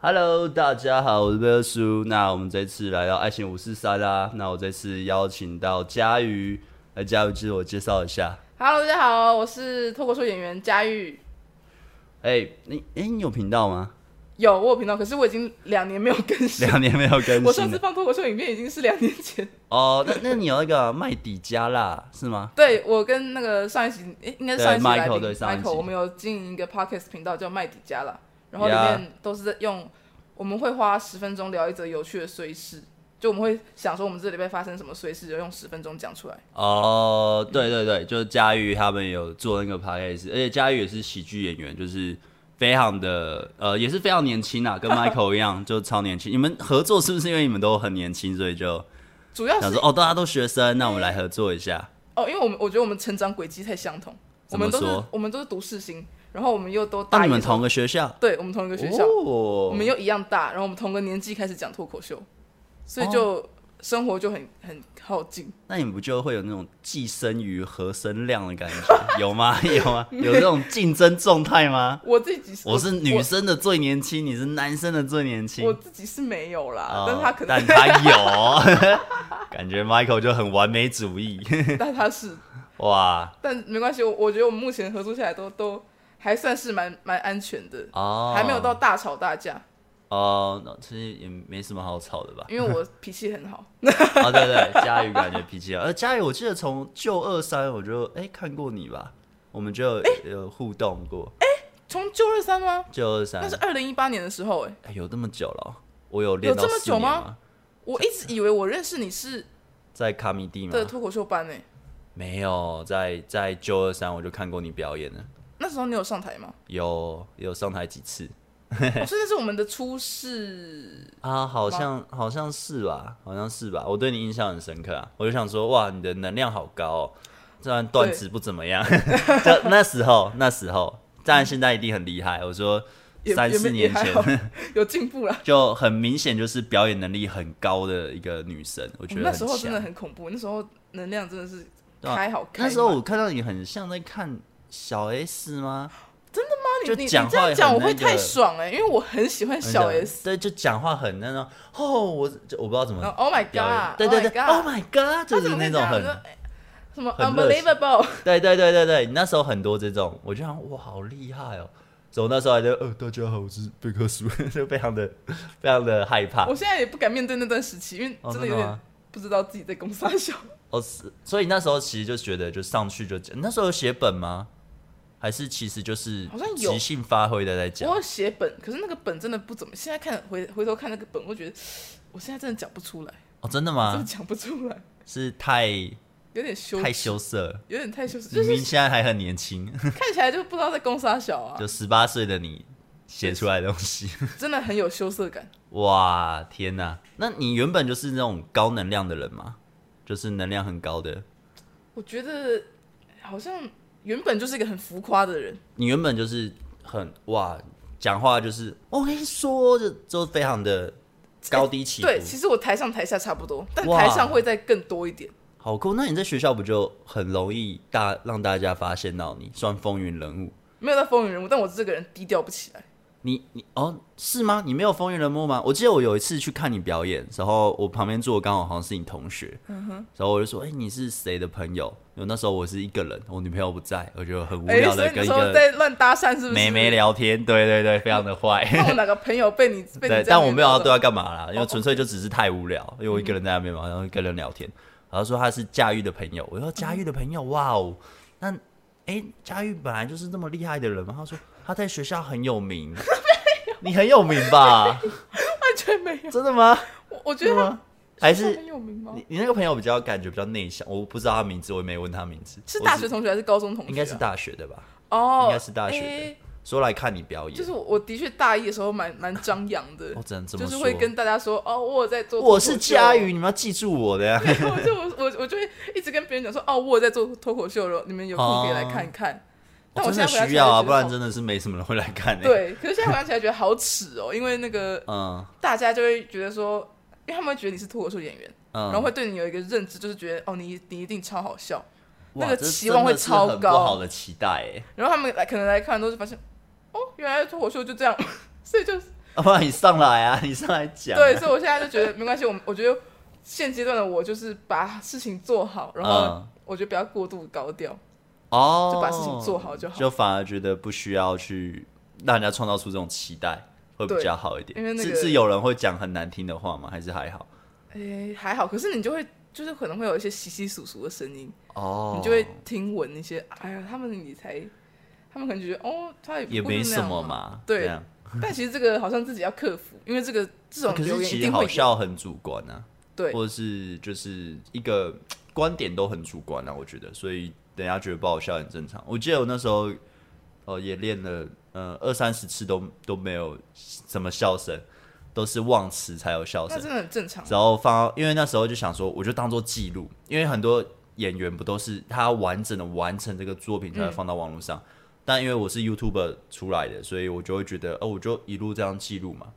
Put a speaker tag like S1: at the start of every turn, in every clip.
S1: Hello，大家好，我是贝尔叔。那我们这次来到爱情五四三啦。那我这次邀请到佳瑜，来佳瑜自我介绍一下。
S2: Hello，大家好，我是脱口秀演员佳玉。
S1: 哎、你哎、你有频道吗？
S2: 有我有频道，可是我已经两年没有更新。
S1: 两年没有更
S2: 我上
S1: 新
S2: 次
S1: 了。
S2: 放脱口秀影片已经是两年前。
S1: 哦，那那你有那个麦迪加啦，是吗？
S2: 对我跟那个上一集，诶应该是
S1: 对
S2: 上一集
S1: Michael，
S2: 来宾
S1: 对上一集
S2: 我们有经营一个 podcast 频道叫麦迪加啦，然后里
S1: Yeah
S2: 面都是在用，我们会花十分钟聊一则有趣的碎事，就我们会想说我们这礼拜发生什么碎事，就用十分钟讲出来。
S1: 哦，对对对，就是佳玉他们有做那个 podcast，而且佳玉也是喜剧演员，就是非常的呃，也是非常年轻啊，跟 Michael 一样，就超年轻。你们合作是不是因为你们都很年轻，所以就
S2: 主要
S1: 想
S2: 是
S1: 说哦，大家都学生，那我们来合作一下。
S2: 哦，因为我们我觉得我们成长轨迹太相同，我
S1: 怎么
S2: 们都是
S1: 说
S2: 我们都是读世新，然后我们又都
S1: 那
S2: 大
S1: 你
S2: 一
S1: 们
S2: 的时候
S1: 同个学校？
S2: 对我们同一个学校，
S1: 哦
S2: 我们又一样大，然后我们同个年纪开始讲脱口秀，所以就、
S1: 哦
S2: 生活就很很靠近。
S1: 那你们不就会有那种寄生于和声量的感觉？ 有吗？有吗？有这种竞争状态吗？
S2: 我自己
S1: 我是女生的最年轻，你是男生的最年轻
S2: 我，我。自己是没有啦，
S1: 哦
S2: 但是他可
S1: 但
S2: 能，
S1: 他有， 感觉 Michael 就很完美主义，
S2: 但他是，
S1: 哇
S2: 但没关系，我我觉得我们目前合作下来都都还算是蛮蛮安全的。
S1: 哦，
S2: 还没有到大吵大架，
S1: 哦，那其实也没什么好吵的吧？
S2: 因为我脾气很好。
S1: 啊，对对，佳宇感觉脾气好。呃，佳宇，我记得从旧二三我就哎、看过你吧，我们就有,、互动过。
S2: 从旧二三吗？
S1: 旧二三
S2: 那是二零一八年的时候、欸，哎，
S1: 哎有这么久了哦、我有练
S2: 有
S1: 到
S2: 这么
S1: 四
S2: 久
S1: 年
S2: 吗？我一直以为我认识你是
S1: 在卡米蒂吗？
S2: 的脱口秀班、欸，哎，
S1: 没有，在在旧二三我就看过你表演了，
S2: 那时候你有上 台吗？
S1: 有有上台几次
S2: 哦所以那是我们的初试
S1: 啊？好像好像是吧，好像是吧，我对你印象很深刻啊，我就想说哇，你的能量好高哦，虽然段子不怎么样， 就那时候那时候，但现在一定很厉害。我说
S2: 也
S1: 三
S2: 也
S1: 四
S2: 没
S1: 年
S2: 也还好
S1: 前
S2: 有进步 啦。
S1: 就很明显就是表演能力很高的一个女生，我
S2: 我
S1: 觉
S2: 们
S1: 得
S2: 哦
S1: 很
S2: 那时候
S1: 强
S2: 真的很恐怖，那时候能量真的是
S1: 对啊
S2: 开好开
S1: 那
S2: 满。
S1: 时候我看到你很像在看小 S 吗？
S2: 那
S1: 就
S2: 你你你
S1: 讲
S2: 这
S1: 话
S2: 样讲
S1: 很
S2: 我
S1: 那
S2: 会太
S1: 个
S2: 爽哎、因为我很喜欢 小 S。
S1: 对，就讲话很那种哦，我就我不知道怎么
S2: 然后 Oh my
S1: 表演
S2: God！
S1: 对对对
S2: Oh
S1: ，Oh
S2: my God！
S1: my God，就
S2: 他怎
S1: 是
S2: 么
S1: 那
S2: 会
S1: 种
S2: 这样
S1: 很
S2: 就哎什么
S1: 很热情
S2: unbelievable，
S1: 对对对对对，你那时候很多这种，我就想哇，好厉害哦。所以我那时候还在呃，大家好，我是贝克叔， 就非常的非常的害怕
S2: 我。现在也不敢面对那段时期，因为
S1: 啊哦
S2: 真的
S1: 真的
S2: 有
S1: 吗
S2: 点不知道自己在攻啥小。
S1: 哦，是，所以那时候其实就觉得就上去就讲，你那时候有写本吗？还是其实就是
S2: 好像有
S1: 即兴发挥的在讲
S2: 我？有写本，可是那个本真的不怎么。现在看回回头看那个本，我觉得我现在真的讲不出来，
S1: 哦，真的
S2: 真的
S1: 吗？
S2: 讲不出来，
S1: 是太
S2: 有点羞，
S1: 太羞涩了，
S2: 有点太羞耻，
S1: 明
S2: 就是
S1: 明现在还很年轻，
S2: 看起来就不知道在攻啥小 啊。
S1: 就十八岁的你写出来的东西。
S2: 真的很有羞涩感。
S1: 哇，天哪！那你原本就是那种高能量的人吗？就是能量很高的，
S2: 我觉得好像原本就是一个很浮夸的人，
S1: 你原本就是很哇，讲话就是我跟你说，就就非常的高低起伏，
S2: 对，其实我台上台下差不多，但
S1: 哇
S2: 台上会再更多一点。
S1: 好酷。那你在学校不就很容易大让大家发现到你算风云人物？
S2: 没有到风云人物，但我这个人低调不起来。
S1: 你你哦是吗？你没有风云人物吗？我记得我有一次去看你表演，然后我旁边坐的刚好好像是你同学，
S2: 嗯
S1: 然后我就说，哎、你是谁的朋友？因为那时候我是一个人，我女朋友不在，我就很无
S2: 哎、
S1: 聊
S2: 所
S1: 的
S2: 以你
S1: 跟一
S2: 说
S1: 个
S2: 在乱搭讪是不是？
S1: 妹妹。聊天，对对对，非常的 坏。
S2: 那我哪个朋友被你被你这
S1: 对
S2: 样？，
S1: 但我没有要对
S2: 啊。
S1: 他干嘛啦，因为纯粹就只是太无聊，因为我一个
S2: 嗯
S1: 人在那边嘛，然后跟人聊天，然后说他是佳玉的朋友，我说佳玉的朋友，哇哦，那哎，佳玉本来就是这么厉害的人嘛，他说他在学校很有 名，你很有名吧？
S2: 完全没有。
S1: 真的 吗？
S2: 我我觉
S1: 真
S2: 得
S1: 的
S2: 他
S1: 吗？啊还
S2: 他
S1: 是
S2: 很有名吗？
S1: 你你那个朋友比较感觉比较内向，我不知道他名字，我也没问他名字，
S2: 是
S1: 我
S2: 大学同学还是高中同学啊、
S1: 应该是大学的吧？
S2: 哦，
S1: 应该是大学的
S2: 哎
S1: 说来看你表演，
S2: 就是我，我的确大一的时候蛮蛮张扬的，
S1: 我只能哦这么
S2: 就
S1: 说，
S2: 是会跟大家说哦，我有在做脱口秀。
S1: 我是佳玉，你们要记住我的呀。
S2: 我就我我我就会一直跟别人讲说，哦，我有在做脱口秀了，你们有空可以来看看。但我
S1: 哦真
S2: 现在
S1: 的
S2: 回想
S1: 需
S2: 起来
S1: 要啊，
S2: 就觉得
S1: 不然
S2: 好
S1: 真的是没什么人会来看、欸。，
S2: 对。可是现在回想起来觉得好耻哦，因为那个
S1: 嗯
S2: 大家就会觉得说，因为他们会觉得你是脱口秀演员，
S1: 嗯，
S2: 然后会对你有一个认知，就是觉得哦，你你一定超好笑。
S1: 哇
S2: 那个
S1: 这真
S2: 期望会
S1: 的是
S2: 超
S1: 很不
S2: 高
S1: 好的期待、欸，
S2: 然后他们来可能来看都是发现，哦，原来脱口秀就这样，所以就
S1: 要不然你上来啊，你上来讲啊、
S2: 对，所以我现在就觉得没关系，我我觉得现阶段的我就是把事情做好，然后
S1: 嗯
S2: 我觉得不要过度高调，
S1: 哦，
S2: 就把事情做好就好
S1: 就反而觉得不需要去让人家创造出这种期待，会比
S2: 对
S1: 较好一点。
S2: 因为那个
S1: 是是有人会讲很难听的话吗？还是还好？
S2: 诶、还好。可是你就会就是可能会有一些稀稀疏疏的声音，
S1: 哦，
S2: 你就会听闻一些，哎呀，他们理财，他们可能觉得哦，他也
S1: 也
S2: 不过就
S1: 没
S2: 那
S1: 什
S2: 样
S1: 么
S2: 嘛。
S1: 嘛，
S2: 对
S1: 这样
S2: 但其实这个好像自己要克服，因为这个这种
S1: 可
S2: 留
S1: 是
S2: 言一
S1: 其实
S2: 定
S1: 好
S2: 会有。
S1: 笑很主观啊，
S2: 对
S1: 或者是就是一个观点都很主观啊，我觉得，所以等一下觉得不好笑很正常。我记得我那时候哦也练了呃二三十次都都没有什么笑声，都是忘词才有笑
S2: 那
S1: 声。
S2: 真的很正常。
S1: 然后放到，因为那时候就想说，我就当做记录，因为很多演员不都是他要完整的完成这个作品才
S2: 嗯
S1: 会放到网络上。但因为我是 YouTube 出来的，所以我就会觉得，哦，我就一路这样记录嘛。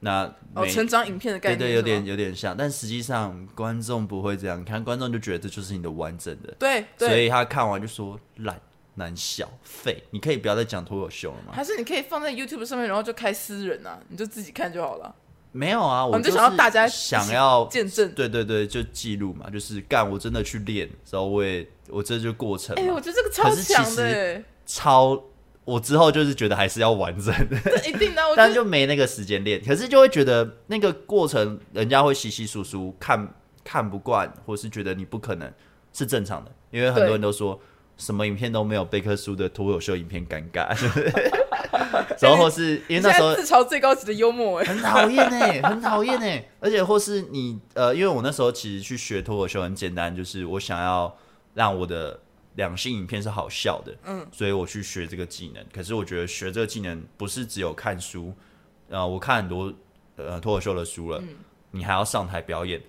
S1: 那
S2: 哦，
S1: 每
S2: 成长影片的概
S1: 对
S2: 念
S1: 对，
S2: 是
S1: 有
S2: 吗
S1: 点有点像，但实际上观众不会这样看，观众就觉得这就是你的完整的，
S2: 对
S1: 所
S2: 对，
S1: 以他看完就说烂、难笑、废，你可以不要再讲脱口秀了吗？
S2: 还是你可以放在 YouTube 上面，然后就开私人啊，你就自己看就好了。
S1: 没有啊，我
S2: 你就想
S1: 是
S2: 要大家一起
S1: 想要
S2: 见证
S1: 对对对，就记录嘛，就是干，我真的去练，然后我也我这就过程
S2: 哎、
S1: 嘛，
S2: 我觉得这个超
S1: 可是其
S2: 强的、
S1: 实
S2: 欸，
S1: 超。我之后就是觉得还是要完整的，
S2: 这一定的啊。我觉
S1: 但
S2: 得
S1: 就没那个时间练。可是就会觉得那个过程，人家会稀稀疏疏，看看不惯，或是觉得你不可能，是正常的。因为很多人都说什么影片都没有贝克书的脱口秀影片尴尬， 然后或是因为
S2: 你现
S1: 那时
S2: 在
S1: 候
S2: 自嘲最高级的幽默、欸，哎，
S1: 很讨厌哎，很讨厌哎。而且或是你呃，因为我那时候其实去学脱口秀很简单，就是我想要让我的两性影片是好笑的，嗯，所以我去学这个技能。可是我觉得学这个技能不是只有看书，呃，我看很多呃脱口秀的书了，
S2: 嗯
S1: 你还要上台表演。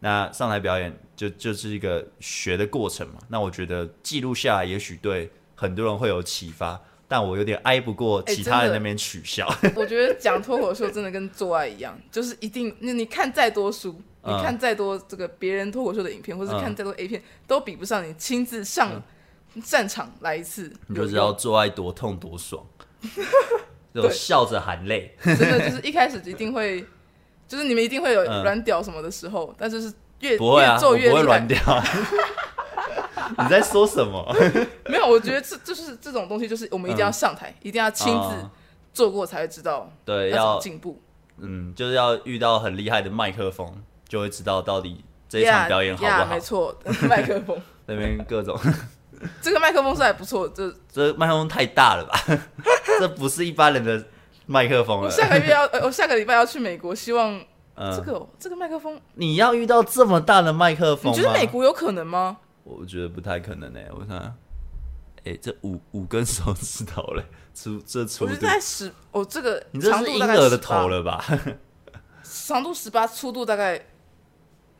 S1: 那上台表演就就是一个学的过程嘛。那我觉得记录下来，也许对很多人会有启发，但我有点挨不过
S2: 哎
S1: 其他人
S2: 真的
S1: 那边取笑。
S2: 我觉得讲脱口秀真的跟做爱一样，就是一定，那你看再多书，你
S1: 嗯
S2: 看再多这个别人脱口秀的影片，或是
S1: 嗯
S2: 看再多 A 片，都比不上你亲自上战场来一次，
S1: 你就
S2: 有
S1: 知道
S2: 用
S1: 做爱多痛多 爽，就笑着含泪。
S2: 真的就是一开始一定会，就是你们一定会有
S1: 嗯
S2: 软屌什么的时候，但就是越
S1: 不会啊
S2: 越，
S1: 我
S2: 做越
S1: 不会
S2: 厉害
S1: 软掉啊。 你在说什么？
S2: 没有，我觉得这就是这种东西，就是我们一定
S1: 嗯
S2: 要上台，一定要亲自
S1: 哦
S2: 做过才会知道
S1: 对，
S2: 要怎么
S1: 要
S2: 进步。
S1: 嗯，就是要遇到很厉害的麦克风，就会知道到底这一场表演好不
S2: Yeah，yeah，
S1: 好
S2: 没。错，麦克风，
S1: 那边各种，
S2: 这个麦克风是还不错。这
S1: 这麦克风太大了吧？ 这不是一般人的麦克风
S2: 我
S1: 了。
S2: 下个月要，呃我下个礼拜要去美国，希望这
S1: 嗯，
S2: 个、这个麦克风，
S1: 你要遇到这么大的麦克风
S2: 你
S1: 吗？
S2: 觉得美国有可能吗？
S1: 我觉得不太可能诶、我看，哎、这五五根手指头嘞，粗这粗
S2: 我觉
S1: 度
S2: 得，在十，哦，这个
S1: 你这
S2: 长
S1: 是
S2: 度
S1: 婴
S2: 大概
S1: 儿的
S2: 十
S1: 头
S2: 八，
S1: 了吧？
S2: 长度十八，粗度大概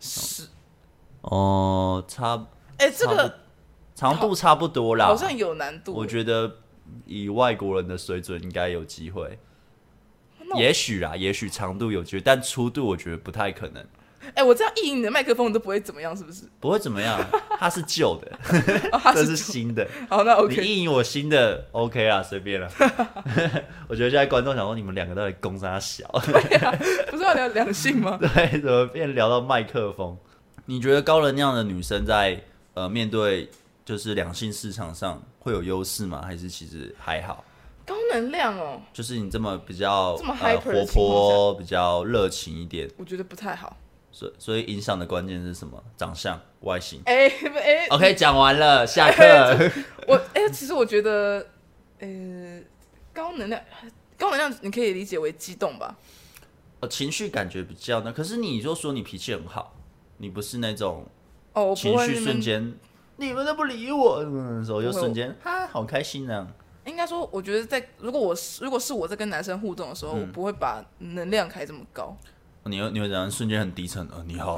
S2: 十。
S1: 哦，差
S2: 哎、这
S1: 差不
S2: 个
S1: 嗯长度差不多啦。
S2: 好像有难度。
S1: 我觉得以外国人的水准应该有机会，
S2: 那我
S1: 也许啦，也许长度有机会，但粗度我觉得不太可能，
S2: 哎、我这样意淫你的麦克风，你都不会怎么样，是不是？
S1: 不会怎么样。它是旧的，
S2: 哦，它
S1: 这
S2: 是
S1: 是新的。
S2: 好，那 OK。
S1: 你意淫我新的，OK 啦，随便啦。 我觉得现在观众想说，你们两个到底攻啥小？
S2: 不是要聊两性吗？
S1: 对，怎么变聊到麦克风？你觉得高能量的女生在呃面对就是两性市场上会有优势吗？还是其实还好？
S2: 高能量哦，
S1: 就是你这么比较
S2: 这么
S1: 呃
S2: hyper 的
S1: 活
S2: 情况
S1: 泼、比较热情一点，
S2: 我觉得不太好。
S1: 所所以影响的关键是什么？长相、外 形。
S2: 哎、不哎、
S1: OK，讲完了，下课。
S2: 我哎、其实我觉得，呃，高能量，高能量你可以理解为激动吧？
S1: 呃情绪感觉比较呢，可是你就说你脾气很好，你不是那种
S2: 哦，我不
S1: 情
S2: 会
S1: 绪
S2: 那
S1: 瞬
S2: 边，
S1: 间，你们都不理我，嗯，时候又
S2: 不会
S1: 瞬间哈，好开心啊。
S2: 应该说，我觉得在如果我是如果是我在跟男生互动的时候，
S1: 嗯
S2: 我不会把能量开这么高，
S1: 你会你会怎样？瞬间很低沉，呃，你 好，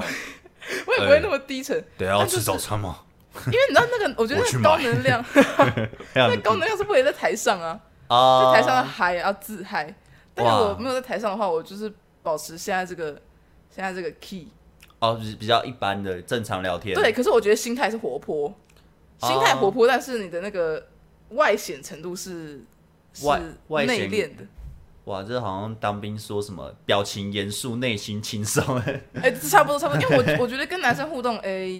S2: 我也不
S1: 哎
S2: 会那么低沉，
S1: 等一下要吃早餐 吗？
S2: 因为你知道那个，我觉得
S1: 我去
S2: 那
S1: 买
S2: 高 能量，
S1: 这样
S2: 那
S1: 子
S2: 高能量是不可以在台上啊，在
S1: 啊，
S2: 台上要嗨要自嗨，但是
S1: 哇
S2: 我没有在台上的话，我就是保持现在这个现在这个 key。
S1: 哦，比比较一般的正常聊天，
S2: 对，可是我觉得心态是活泼，
S1: 哦
S2: 心态活泼，但是你的那个外显程度是是
S1: 外外
S2: 内
S1: 显
S2: 敛的，
S1: 哇，这好像当兵说什么表情严肃，内心轻 松。
S2: 哎、差不多差不多，因为我我觉得跟男生互动，哎、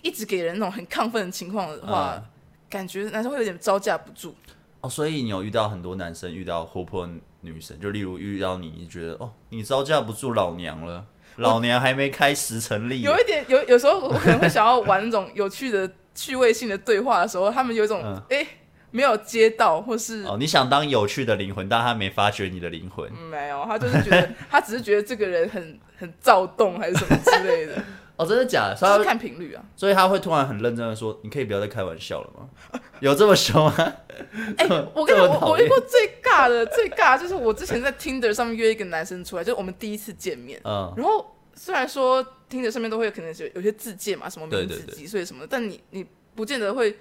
S2: 一直给人那种很亢奋的情况的话，
S1: 嗯
S2: 感觉男生会有点招架不住。
S1: 哦，所以你有遇到很多男生遇到活泼女生，就例如遇到你，你觉得哦，你招架不住老娘了，老娘还没开始成立，
S2: 有一点有有时候我可能会想要玩那种有趣的趣味性的对话的时候，他们有一种哎
S1: 嗯、
S2: 诶没有接到，或是、
S1: 哦，你想当有趣的灵魂，但他没发掘你的灵魂。
S2: 嗯没有，他就是觉得他只是觉得这个人很很躁动还是什么之 类的，
S1: 哦，真的假的？所
S2: 就是
S1: 以他，
S2: 看频率啊。
S1: 所以他会突然很认真的说：“你可以不要再开玩笑了吗？有这么凶吗？”
S2: 哎、我跟 你
S1: 这么
S2: 讲，我
S1: 讨
S2: 我遇
S1: 厌
S2: 过最尬的最尬的就是我之前在 Tinder 上面约一个男生出来，就是我们第一次见面，
S1: 嗯，
S2: 然后虽然说听着上面都会有可能有有些字界嘛，什么
S1: 对
S2: 名
S1: 对
S2: 字
S1: 对
S2: 几岁什么的，但你你不见得会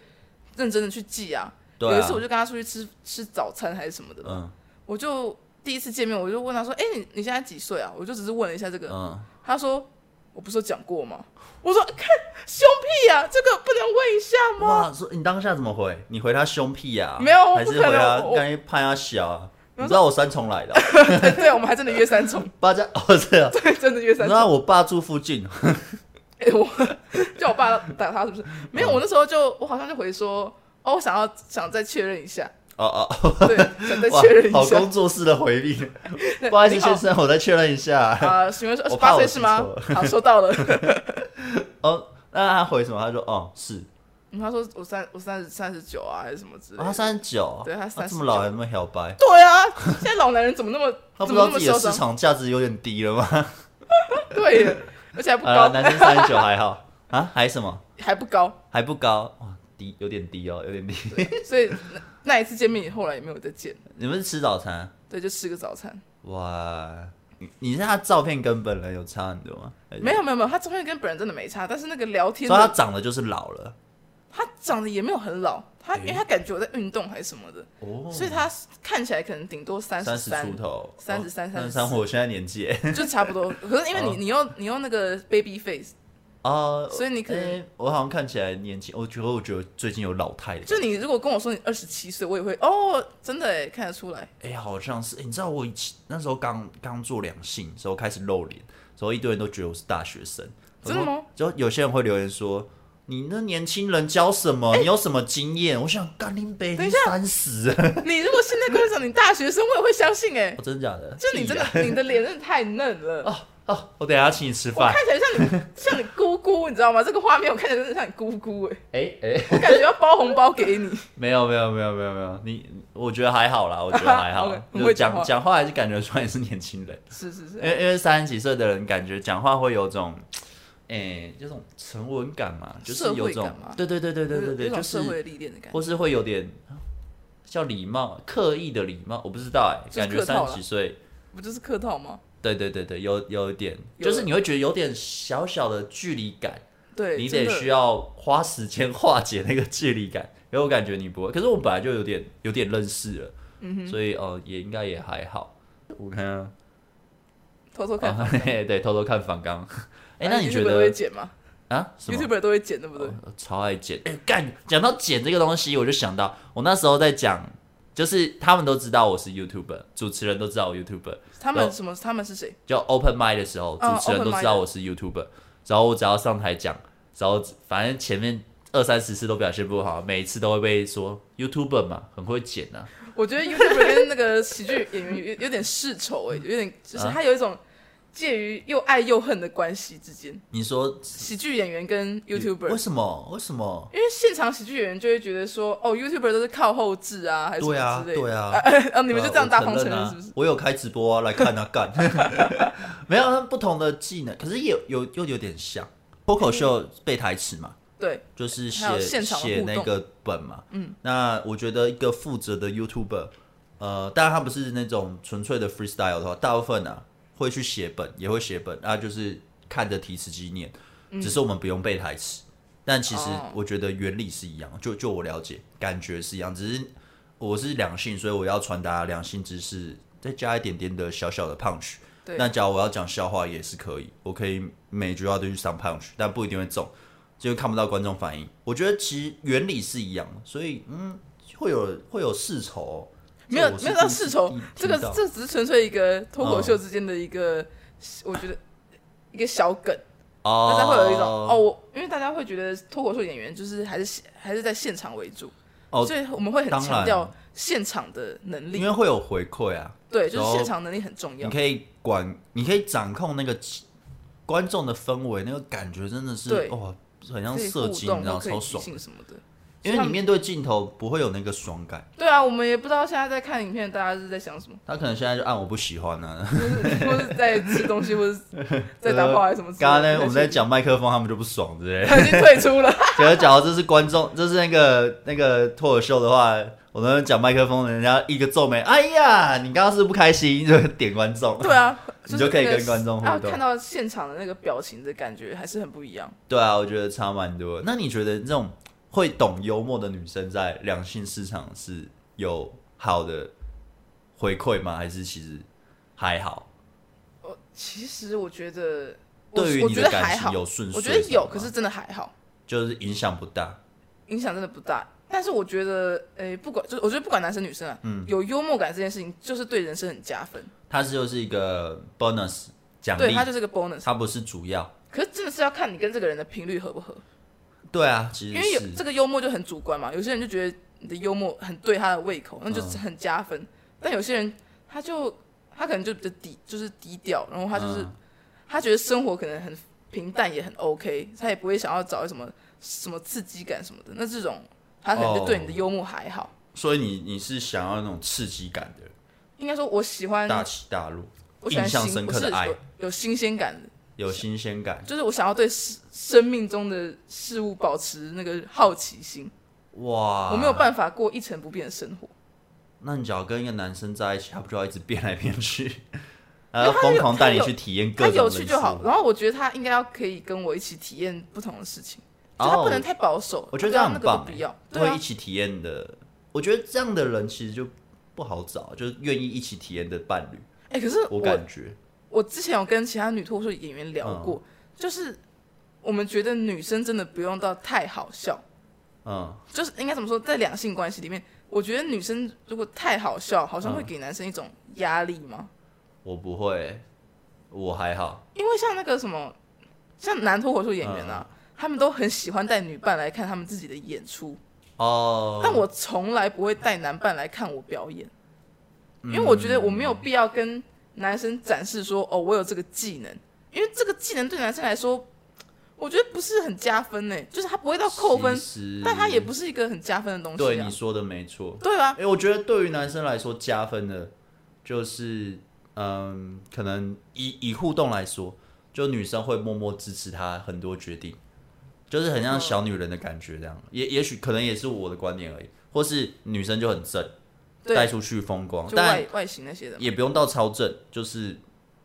S2: 认真的去记啊。
S1: 对啊。
S2: 有一次我就跟他出去吃吃早餐还是什么的，
S1: 嗯
S2: 我就第一次见面我就问他说：“哎、你你现在几岁啊？”我就只是问了一下这个，
S1: 嗯，
S2: 他说：“我不是有讲过吗？”我说：“看凶屁啊，这个不能问一下吗
S1: 哇，所以你当下怎么回？你回他凶屁呀、
S2: 没有我
S1: 还
S2: 不
S1: 是
S2: 可
S1: 回他
S2: 能我
S1: 干脆拍他小、啊？你知道我三重来的啊、？”
S2: 对对，我们还真的约三重，
S1: 八家哦是啊，
S2: 对，真的约
S1: 你
S2: 三
S1: 知
S2: 重。
S1: 道我爸住附近， 啊
S2: 哎、我叫我 爸打他是不是？没有，我那时候就我好像就回说：“哦，我想要想再确认一下。”
S1: 哦哦，
S2: 对， 想 再
S1: 哇
S2: 确认一
S1: 好
S2: 下。
S1: 工作室的回避， 不好意思
S2: 你好
S1: 先生，我再确认一下。
S2: 啊，请问是二十
S1: 我怕
S2: 八
S1: 我
S2: 岁
S1: 记
S2: 是吗
S1: 错？
S2: 好，收到了。
S1: 哦，那他回什么？他说哦是，
S2: 嗯他说我三我三十三十九啊，还是什么之类
S1: 哦
S2: 的。
S1: 他三十九，
S2: 对他
S1: 啊
S2: 39
S1: 这么老还那么小白，
S2: 对啊，现在老男人怎么那么
S1: 他不知
S2: 怎么
S1: 道
S2: 那么
S1: 自己的
S2: 嚣
S1: 市
S2: 张？
S1: 场价值有点低 了吗？
S2: 对耶，而且还不
S1: 好了，
S2: 高，
S1: 男生三 十九还好啊，还什么
S2: 还不高。
S1: 还不高哇，低有点低哦，有点低。
S2: 所以那那一次见面，以后后来也没有再见。
S1: 你们是吃早餐啊？
S2: 对，就吃个早餐。
S1: 哇，你你是他照片跟本人有差很多吗？还是
S2: 没有没有没有，他照片跟本人真的没差，但是那个聊天
S1: 哎所以他
S2: 的，
S1: 长得就是老了
S2: 他长得也没有很老，他因为他感觉我在运动还是什么的，
S1: 哦
S2: 所以他看起来可能顶多三
S1: 三十
S2: 三
S1: 出头，
S2: 33
S1: 三十
S2: 34
S1: 三，我现在年 纪耶
S2: 就差不多。可是因为
S1: 哦
S2: 你你用你用那个 baby face，
S1: 哦，
S2: 所以你可能
S1: 哎我好像看起来年轻，我觉得我觉得最近有老态的感觉，
S2: 就你如果跟我说你二十七岁，我也会哦，真的哎，看得出来。
S1: 哎、好像是、哎你知道我以前那时候刚刚做两性的时候开始露脸，时候一堆人都觉得我是大学生，
S2: 真的吗？
S1: 就有些人会留言说。你那年轻人教什么？你有什么经验？我想干林北，
S2: 哎等
S1: 你
S2: 一下
S1: 三十 了，
S2: 你如果现在跟我讲你大学生，我也会相信哎
S1: 哦。真的假的？
S2: 就你真
S1: 屁
S2: 的
S1: 啊，
S2: 你的脸真的太嫩了，
S1: 哦，我等一下请你吃
S2: 我
S1: 饭
S2: 看。起来像你像你姑姑，你知道吗？这个画面我看起来真的像你姑姑哎，
S1: 哎哎、
S2: 我感觉要包红包给你。
S1: 没有没有没有没有没有，你我觉得还好啦，我觉得还好
S2: OK，。
S1: 就
S2: 很会讲
S1: 讲
S2: 话
S1: 讲话还是感觉出来你是年轻 人，
S2: 是是
S1: 因
S2: 是，
S1: 为因为三十几岁的人感觉讲话会有种，诶、这种沉稳感嘛，就是有
S2: 社会
S1: 种
S2: 感嘛，
S1: 对对对对对对
S2: 有一
S1: 对，
S2: 种
S1: 就
S2: 社
S1: 是
S2: 会历练的感觉。
S1: 或是会有点叫礼貌，刻意的礼貌，我不知道哎、
S2: 就是
S1: 感觉
S2: 客套
S1: 三
S2: 啦
S1: 十几岁，
S2: 不就是客套吗？
S1: 对对对对，有有一点，
S2: 有
S1: 就是你会觉得有点小小的距离感。
S2: 对，
S1: 你得
S2: 真的
S1: 需要花时间化解那个距离感，因为我感觉你不会。可是我本来就有点有点认识了，
S2: 嗯
S1: 所以哦、呃也应该也还好。我看啊，
S2: 偷偷看。
S1: 啊对，偷偷看反刚。哎、那你觉
S2: YouTuber 都会
S1: 得
S2: 剪吗
S1: 啊？什么？哦
S2: ？YouTuber 都会剪，对不对？
S1: 我超爱剪。哎、干，讲到剪这个东西，我就想到我那时候在讲，就是他们都知道我是 YouTuber，主持人都知道我 YouTuber，
S2: 他们什么？他们是谁？
S1: 就 Open m i d 的时候，主
S2: 嗯
S1: 持人都
S2: open mic
S1: 知道我是 YouTuber，、然后我只要上台讲，然后反正前面二三十次都表现不好，每一次都会被说 YouTuber 嘛，很会剪啊。
S2: 我觉得 YouTuber 跟那个喜剧演员有有点世仇哎、有点就是
S1: 啊
S2: 他有一种介于又爱又恨的关系之间，
S1: 你说
S2: 喜剧演员
S1: 嗯
S2: 跟 YouTuber，
S1: 为什么？为什么？
S2: 因为现场喜剧演员就会觉得说，哦，YouTuber 都是靠后置啊，还是什
S1: 对
S2: 么
S1: 啊
S2: 之类的，
S1: 对啊
S2: 啊， 啊你们就这样大方
S1: 我
S2: 承
S1: 承
S2: 认
S1: 啊
S2: 是不是？
S1: 我有开直播啊，来看啊， 干。没有那不同的技能，可是也有又有点像脱
S2: 嗯
S1: 口秀背台词嘛。
S2: 对，
S1: 就是写
S2: 还有现场的
S1: 写
S2: 互动
S1: 那个本嘛。嗯，那我觉得一个负责的 YouTuber，呃，当然他不是那种纯粹的 freestyle 的话，大部分啊会去写本，也会写本，那、就是看着提词机念，只是我们不用背台词。但其实
S2: 嗯哦
S1: 我觉得原理是一样，就就我了解，感觉是一样，只是我是两性，所以我要传达两性知识，再加一点点的小小的 punch。
S2: 对
S1: 那假如我要讲笑话也是可以，我可以每句话都去上 punch，但不一定会中，就看不到观众反应。我觉得其实原理是一样的，所以嗯，会有会有世仇哦、
S2: 没有
S1: 这我是
S2: 没有到
S1: 第一
S2: 世
S1: 次
S2: 仇
S1: 听，
S2: 这个
S1: 听到
S2: 这只是纯粹一个脱口
S1: 哦
S2: 秀之间的一个，我觉得一个小梗，
S1: 哦，
S2: 大家会有一种哦，我因为大家会觉得脱口秀演员就是还是还是在现场为主，
S1: 哦
S2: 所以我们会很
S1: 当然
S2: 强调现场的能
S1: 因
S2: 力
S1: 为，会有回馈啊，
S2: 对，就是
S1: 然后
S2: 现场能力很重要
S1: 你，可以管，你可以掌控那个气观众的氛围，那个感觉真的是
S2: 对
S1: 哇，很像
S2: 可以
S1: 射
S2: 互
S1: 精，你
S2: 动，
S1: 知道
S2: 可以
S1: 超
S2: 即
S1: 爽。
S2: 兴什么的。
S1: 因为你面对镜头不会有那个爽感，
S2: 对啊，我们也不知道现在在看影片，大家是在想什么，
S1: 他可能现在就按我不喜欢呢、啊。
S2: 或是或是在吃东西，或是在打炮还是什么之类 的。
S1: 呃刚刚呢，我们在
S2: 确定
S1: 讲麦克风，他们就不爽之类的。
S2: 他已经退 出了，
S1: 结果假如这是观众，这是那个那个脱口秀的话，我们讲麦克风，人家一个皱眉，哎呀，你刚刚是不是不开心，就点观众。
S2: 对啊，
S1: 你
S2: 是
S1: 就可以
S2: 那个
S1: 跟观众互
S2: 啊
S1: 动
S2: 看到现场的那个表情的感觉还是很不一样。
S1: 对啊，我觉得差蛮多的。那你觉得这种会懂幽默的女生在两性市场是有好的回馈吗？还是其实还好？
S2: 我其实我觉得，我
S1: 对于
S2: 我
S1: 你
S2: 觉
S1: 的
S2: 得还
S1: 感情
S2: 好，
S1: 有顺遂
S2: 我
S1: 什
S2: 觉
S1: 么吗？
S2: 得有，可是真的还好，
S1: 就是影响不大。
S2: 影响真的不大。但是我觉得，诶、不管就是我觉得不管男生女生啊，
S1: 嗯
S2: 有幽默感这件事情，就是对人生很加分。
S1: 它是就是一个 bonus 奖
S2: 对，
S1: 励
S2: 它，就是个 bonus。
S1: 它不是主要。
S2: 可是真的是要看你跟这个人的频率合不合，
S1: 对啊，其
S2: 因
S1: 实
S2: 为有
S1: 是
S2: 这个幽默就很主观嘛。有些人就觉得你的幽默很对他的胃口，那
S1: 嗯
S2: 就是很加分。但有些人他就他可能就比较低，就是低调，然后他就是、
S1: 嗯
S2: 他觉得生活可能很平淡，也很 OK，他也不会想要找什么什么刺激感什么的。那这种他可能就对你的
S1: 哦
S2: 幽默还好。
S1: 所以你你是想要那种刺激感的，
S2: 应该说，我喜欢
S1: 大起大落，
S2: 我喜欢
S1: 印象
S2: 新
S1: 深
S2: 不
S1: 刻
S2: 是
S1: 的爱
S2: 有，有新鲜感的，
S1: 有新鲜感。
S2: 就是我想要对生生命中的事物保持那个好奇心。
S1: 哇，
S2: 我没有办法过一成不变的生活。
S1: 那你只要跟一个男生在一起，他不就要一直变来变去，
S2: 为
S1: 然后
S2: 他
S1: 疯
S2: 有
S1: 狂
S2: 他
S1: 带你
S2: 有
S1: 去体验各
S2: 他
S1: 种
S2: 有
S1: 人
S2: 趣
S1: 事
S2: 就好
S1: 物，
S2: 然后我觉得他应该要可以跟我一起体验不同的事情，就他
S1: 哦
S2: 不能太保守。
S1: 我觉得这
S2: 对啊
S1: 样很棒、
S2: 那个都
S1: 欸，
S2: 不要。对
S1: 会
S2: 啊
S1: 一，起体验的。我觉得这样的人其实就不好找，就是愿意一起体验的伴侣。
S2: 哎、可是
S1: 我
S2: 我
S1: 感嗯觉
S2: 我之前有跟其他女脱口秀演员聊过，就是我们觉得女生真的不用到太好笑，
S1: 嗯，
S2: 就是应该怎么说，在两性关系里面，我觉得女生如果太好笑，好像会
S1: 嗯
S2: 给男生一种压力吗？
S1: 我不会欸，我还好。
S2: 因为像那个什么，像男脱口秀演员啊，
S1: 嗯
S2: 他们都很喜欢带女伴来看他们自己的演出。
S1: 哦，
S2: 但我从来不会带男伴来看我表演，因为我觉得我没有必要跟男生展示说哦，我有这个技能，因为这个技能对男生来说，我觉得不是很加分呢，就是他不会到扣分
S1: 其，实
S2: 但他也不是一个很加分的东
S1: 对
S2: 西啊
S1: 你。说的没错。
S2: 对啊，
S1: 哎、我觉得对于男生来说加分的，就是嗯，可能以以互动来说，就女生会默默支持他很多决定，就是很像小女人的感觉这样。也也许可能也是我的观点而已，或是女生就很正，带
S2: 对，
S1: 出去风光，
S2: 就
S1: 但
S2: 外外形那些的嘛，
S1: 也不用到超正，就是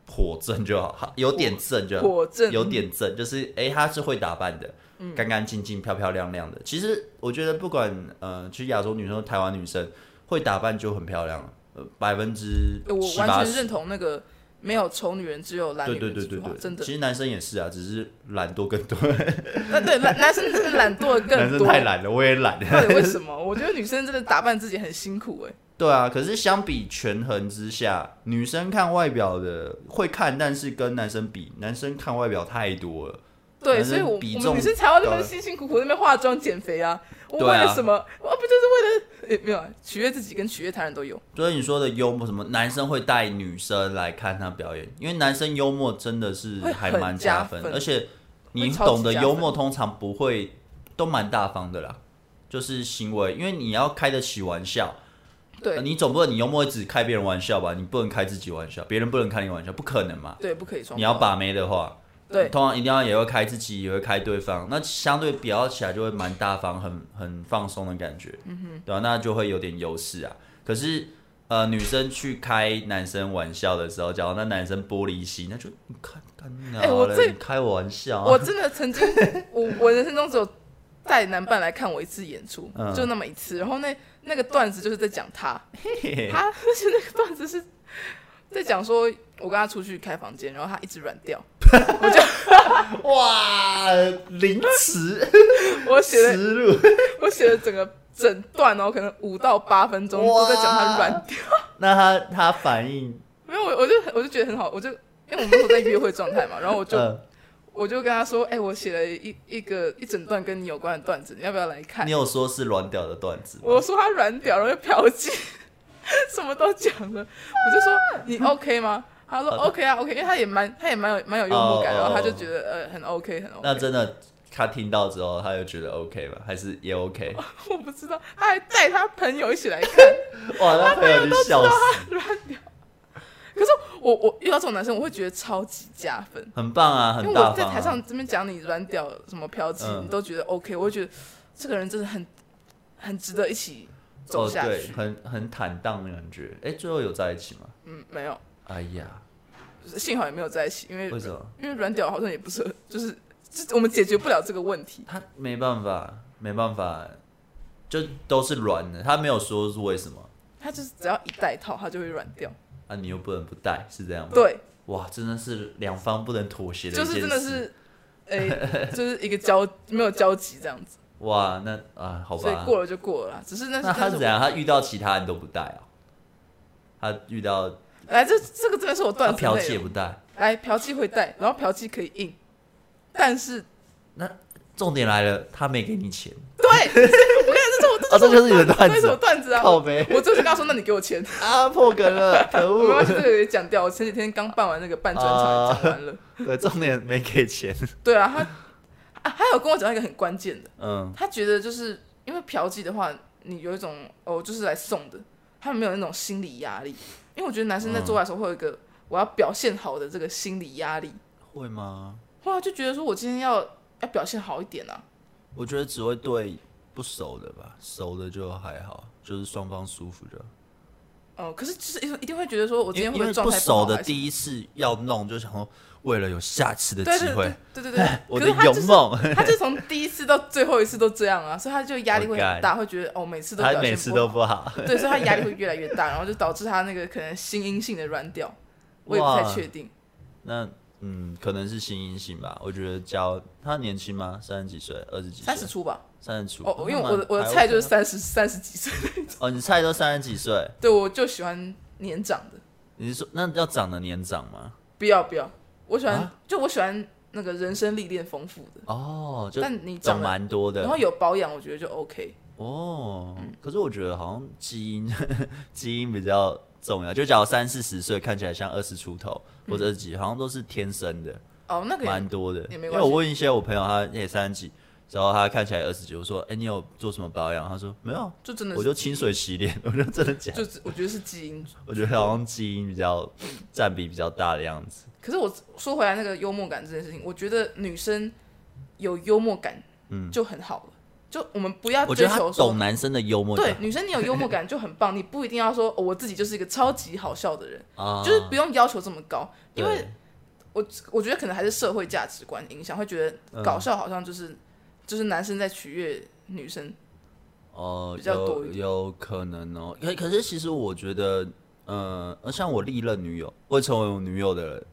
S1: 颇正就好，有点正就好。
S2: 果正
S1: 有点正，就是哎、诶她是会打扮的，
S2: 嗯
S1: 干干净净、漂漂亮亮的。其实我觉得，不管呃，其实亚洲女生、台湾女生会打扮就很漂亮了，呃，百分之
S2: 呃我
S1: 七八
S2: 完全认
S1: 十。
S2: 同那个没有丑女人只有懒
S1: 对
S2: 女
S1: 对
S2: 人
S1: 对
S2: 这
S1: 对
S2: 句话
S1: 对，，
S2: 真的
S1: 其。实男生也是啊，只是懒惰更多，
S2: 但对男男生真的懒惰得
S1: 男
S2: 更
S1: 生
S2: 多，
S1: 太懒了，我也懒。
S2: 到 底为什么？我觉得女生真的打扮自己很辛苦哎。
S1: 对啊，可是相比权衡之下，女生看外表的会看，但是跟男生比，男生看外表太多了。
S2: 对，
S1: 男
S2: 所以
S1: 生
S2: 我我
S1: 比
S2: 们
S1: 重
S2: 女生才要那
S1: 高
S2: 么
S1: 了
S2: 辛辛苦苦在那边化妆减肥啊！我为
S1: 对啊
S2: 了什么？我不就是为了诶没有啊取悦自己跟取悦他人都有。
S1: 所以你说的幽默，什么男生会带女生来看他表演，因为男生幽默真的是
S2: 会
S1: 还
S2: 很
S1: 蛮
S2: 加
S1: 分，
S2: 分
S1: 而且你
S2: 会超级
S1: 懂得
S2: 加
S1: 幽
S2: 分
S1: 默，通常不会都蛮大方的啦，就是行为，因为你要开得起玩笑，
S2: 对、
S1: 呃你总不能你幽默只开别人玩笑吧？你不能开自己玩笑，别人不能开你玩笑，不可能嘛。
S2: 对，不可以双
S1: 你要
S2: 标
S1: 把妹的话，
S2: 对
S1: 通常一定要也会开自己，也会开对方，那相对比较起来就会蛮大方，很很放松的感觉，嗯哼，对吧、那就会有点优势啊。可是呃，女生去开男生玩笑的时候，假如那男生玻璃心，那就你看干你啊
S2: 哎我
S1: 娘嘞
S2: 这
S1: 你开我玩笑、
S2: 我
S1: 啊，
S2: 真的曾经我我人生中只有带男伴来看我一次演出，
S1: 嗯
S2: 就那么一次。然后那那个段子就是在讲他，
S1: 嘿嘿
S2: 他 而且那个段子是在讲说我跟他出去开房间，然后他一直软掉，
S1: 哇，凌迟
S2: 我写
S1: 耻
S2: 的
S1: 辱。
S2: 我写的整个整段哦，可能五到八分钟
S1: 哇
S2: 都在讲他软掉。
S1: 那他他反应，
S2: 没有，我我就我就觉得很好，我就因为我们那时候在约会状态嘛，然后我就、
S1: 呃，
S2: 我就跟他说，哎、我写了一一个一整段跟你有关的段子，你要不要来看
S1: 你？有说是软屌的段子吗？
S2: 我说他软屌，然后就嫖妓， 什么都讲了。我就说你 OK 吗？他说
S1: 好的
S2: OK 啊 OK，因为他也蛮他也蛮有蛮有幽默感，
S1: 哦哦
S2: 然后他就觉得呃很 OK 很 OK。
S1: 那真的他听到之后，他就觉得 OK 吗？还是也 OK？
S2: 我不知道，他还带他朋友一起 来看。
S1: 哇，那朋友就笑死，
S2: 可是我我遇到这种男生，我会觉得超级加分，
S1: 很棒啊，
S2: 因为
S1: 很大
S2: 我
S1: 方、啊。
S2: 在台上这边讲你软屌什么嫖妓，
S1: 嗯
S2: 你都觉得 OK，我会觉得这个人真的很很值得一起走下
S1: 哦、
S2: 去
S1: 对，。很很坦荡的感觉。哎，最后有在一起吗？
S2: 嗯，没有，
S1: 哎呀，呃
S2: 幸好也没有在一起，因为
S1: 为什么？
S2: 因为软屌好像也不是，就是这我们解决不了这个问题。
S1: 他没办法，没办法，就都是软的。他没有说是为什么
S2: 他就是只要一戴套，他就会软掉。
S1: 啊，你又不能不带，是这样吗？，
S2: 对，
S1: 哇，真的是两方不能妥协的
S2: 就
S1: 一件
S2: 是
S1: 事。
S2: 真的是，诶、就是一个交没有交集这样子，
S1: 哇，那啊，好
S2: 所以
S1: 吧。
S2: 过了就过了啦。只是那是
S1: 那他
S2: 但
S1: 是
S2: 是
S1: 怎样？他遇到其他人都不带啊？他遇到
S2: 我来这这个真的是我
S1: 他
S2: 段子
S1: 嫖
S2: 内
S1: 妓也
S2: 容
S1: 不带。
S2: 来嫖妓会带，然后嫖妓可以硬，但是
S1: 重点来了，他没给你钱，
S2: 对，所以我跟你说，
S1: 啊，这就是你的
S2: 这
S1: 段
S2: 这是我
S1: 子，
S2: 段子啊。
S1: 靠
S2: 我
S1: 呗
S2: 我就是跟他说，那你给 我钱，
S1: 啊，破梗了，可
S2: 我没关
S1: 恶
S2: 系，！这个也讲掉。我前几天刚办完那个半专场，也讲完了。
S1: 对，重点没给钱，
S2: 对啊，他啊，他有跟我讲到一个很关键的。
S1: 嗯，
S2: 他觉得就是因为嫖妓的话，你有一种哦，就是来送的，他们没有那种心理压力。因为我觉得男生在做爱的时候会有一个我要表现好的这个心理压力，
S1: 会吗？
S2: 后来就觉得说我今天要要表现好一点啊。
S1: 我觉得只会对不熟的吧，熟的就还好，就是双方舒服就好。
S2: 哦、可是就是一定一定会觉得说我今
S1: 因
S2: 天
S1: 为
S2: 会
S1: 因
S2: 不
S1: 为不
S2: 会状态
S1: 熟
S2: 好
S1: 的
S2: 还是什么
S1: 第一次要弄，就想说为了有下次的
S2: 对
S1: 机
S2: 对
S1: 会
S2: 对，对对对，
S1: 我
S2: 可
S1: 的
S2: 是他就
S1: 勇
S2: 是
S1: 梦，
S2: 他就从第一次到最后一次都这样啊，所以他就压力
S1: Oh
S2: 会
S1: God
S2: 很大，会觉得哦每次都
S1: 他
S2: 表
S1: 每
S2: 现
S1: 次
S2: 不
S1: 都
S2: 好，
S1: 不好，
S2: 对，所以他压 力会越来越大，然后就导致他那个可能心因性的软掉，我也不太
S1: 哇
S2: 确定。
S1: 那嗯，可能是新阴性吧。我觉得教他年轻吗？三十几岁，二十几岁，
S2: 三十出吧，
S1: 三十出。
S2: 哦，因为
S1: 那蛮
S2: 我的我的
S1: 还
S2: 菜就
S1: OK
S2: 是
S1: 啊
S2: 三十三十几岁，
S1: 哦，你菜都三十几岁，
S2: 对我就喜欢年长的，
S1: 你是说那要长得年长吗？
S2: 不要不要，我喜欢、
S1: 啊
S2: 就我喜欢那个人生历练丰富的，
S1: 哦，就
S2: 但你
S1: 懂
S2: 长得
S1: 蛮多
S2: 然
S1: 的
S2: 后有嗯保养，我觉得就 OK。
S1: 哦。可是我觉得好像基因 基因比较重要，就假如三四十岁看起来像二十出头或者二十几，好像都是天生的，
S2: 哦，那个
S1: 蛮
S2: 也
S1: 多的。
S2: 也
S1: 因
S2: 没
S1: 为
S2: 关
S1: 我
S2: 系
S1: 问一些我朋友，他也三十几，然后他看起来二十几，我说：“哎、你有做什么保养？”他说：“没有。”
S2: 就真的
S1: 我
S2: 是
S1: 就清水洗脸，我就真的假的
S2: 就只我觉得是基因。
S1: 我觉得好像基因比较占比比较大的样子。
S2: 可是我说回来那个幽默感这件事情，我觉得女生有幽默感，
S1: 嗯
S2: 就很好了。就我们不要
S1: 我觉
S2: 追
S1: 得他
S2: 求说
S1: 懂，男生的幽默
S2: 对
S1: 感
S2: 女生你有幽默感就很棒，你不一定要说、哦我自己就是一个超级好笑的人，
S1: 啊，
S2: 就是不用要求这么高，因为
S1: 对
S2: 我我觉得可能还是社会价值观影响，会觉
S1: 嗯
S2: 得搞笑好像就是、就是男生在取悦女生，
S1: 哦、
S2: 比较多一
S1: 有
S2: 点
S1: 有可能哦。可可是其实我觉得，呃，像我历任女友会成为我女友的人，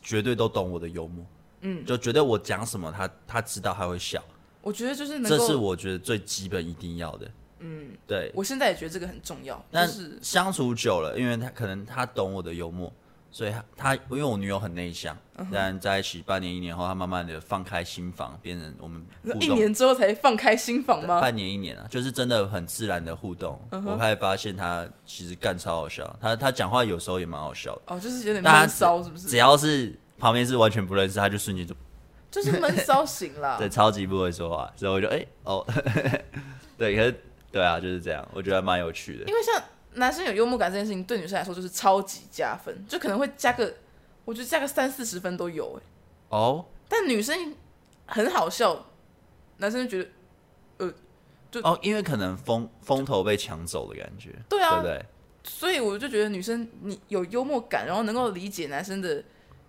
S1: 绝对都懂我的幽默，
S2: 嗯，
S1: 就觉得我讲什么他他知道他会笑，
S2: 我觉得就是能
S1: 这是
S2: 够，
S1: 我觉得最基本一定要的。嗯，对。
S2: 我现在也觉得这个很重要，就
S1: 但
S2: 是
S1: 相处久了，因为他可能他懂我的幽默，所以他他因为我女友很内向，
S2: 嗯
S1: 但在一起半年一年后，她慢慢的放开心房，变成我们互
S2: 一
S1: 动
S2: 年之后才放开心房吗？嗯
S1: 半年一年啊，就是真的很自然的互动。我开始发现她其实干超好笑，她她讲话有时候也蛮好笑的，
S2: 哦，就是有点
S1: 大家
S2: 闷骚，是不
S1: 只
S2: 是？
S1: 要是旁边是完全不认识，她就瞬间就
S2: 就是闷骚型 啦。
S1: 对超级不会说话，所以我就哎、哦， 对，可是对啊，就是这样，我觉得还蛮有趣的
S2: 因。为像男生有幽默感这件事情，对女生来说就是超级加分，就可能会加个，我觉得加个三四十分都有哎、
S1: 哦
S2: 但女生很好笑，男生就觉得
S1: 哦，因为可能风风头被抢走的感觉，
S2: 对啊
S1: 对不对？
S2: 所以我就觉得女生你有幽默感，然后能够理解男生的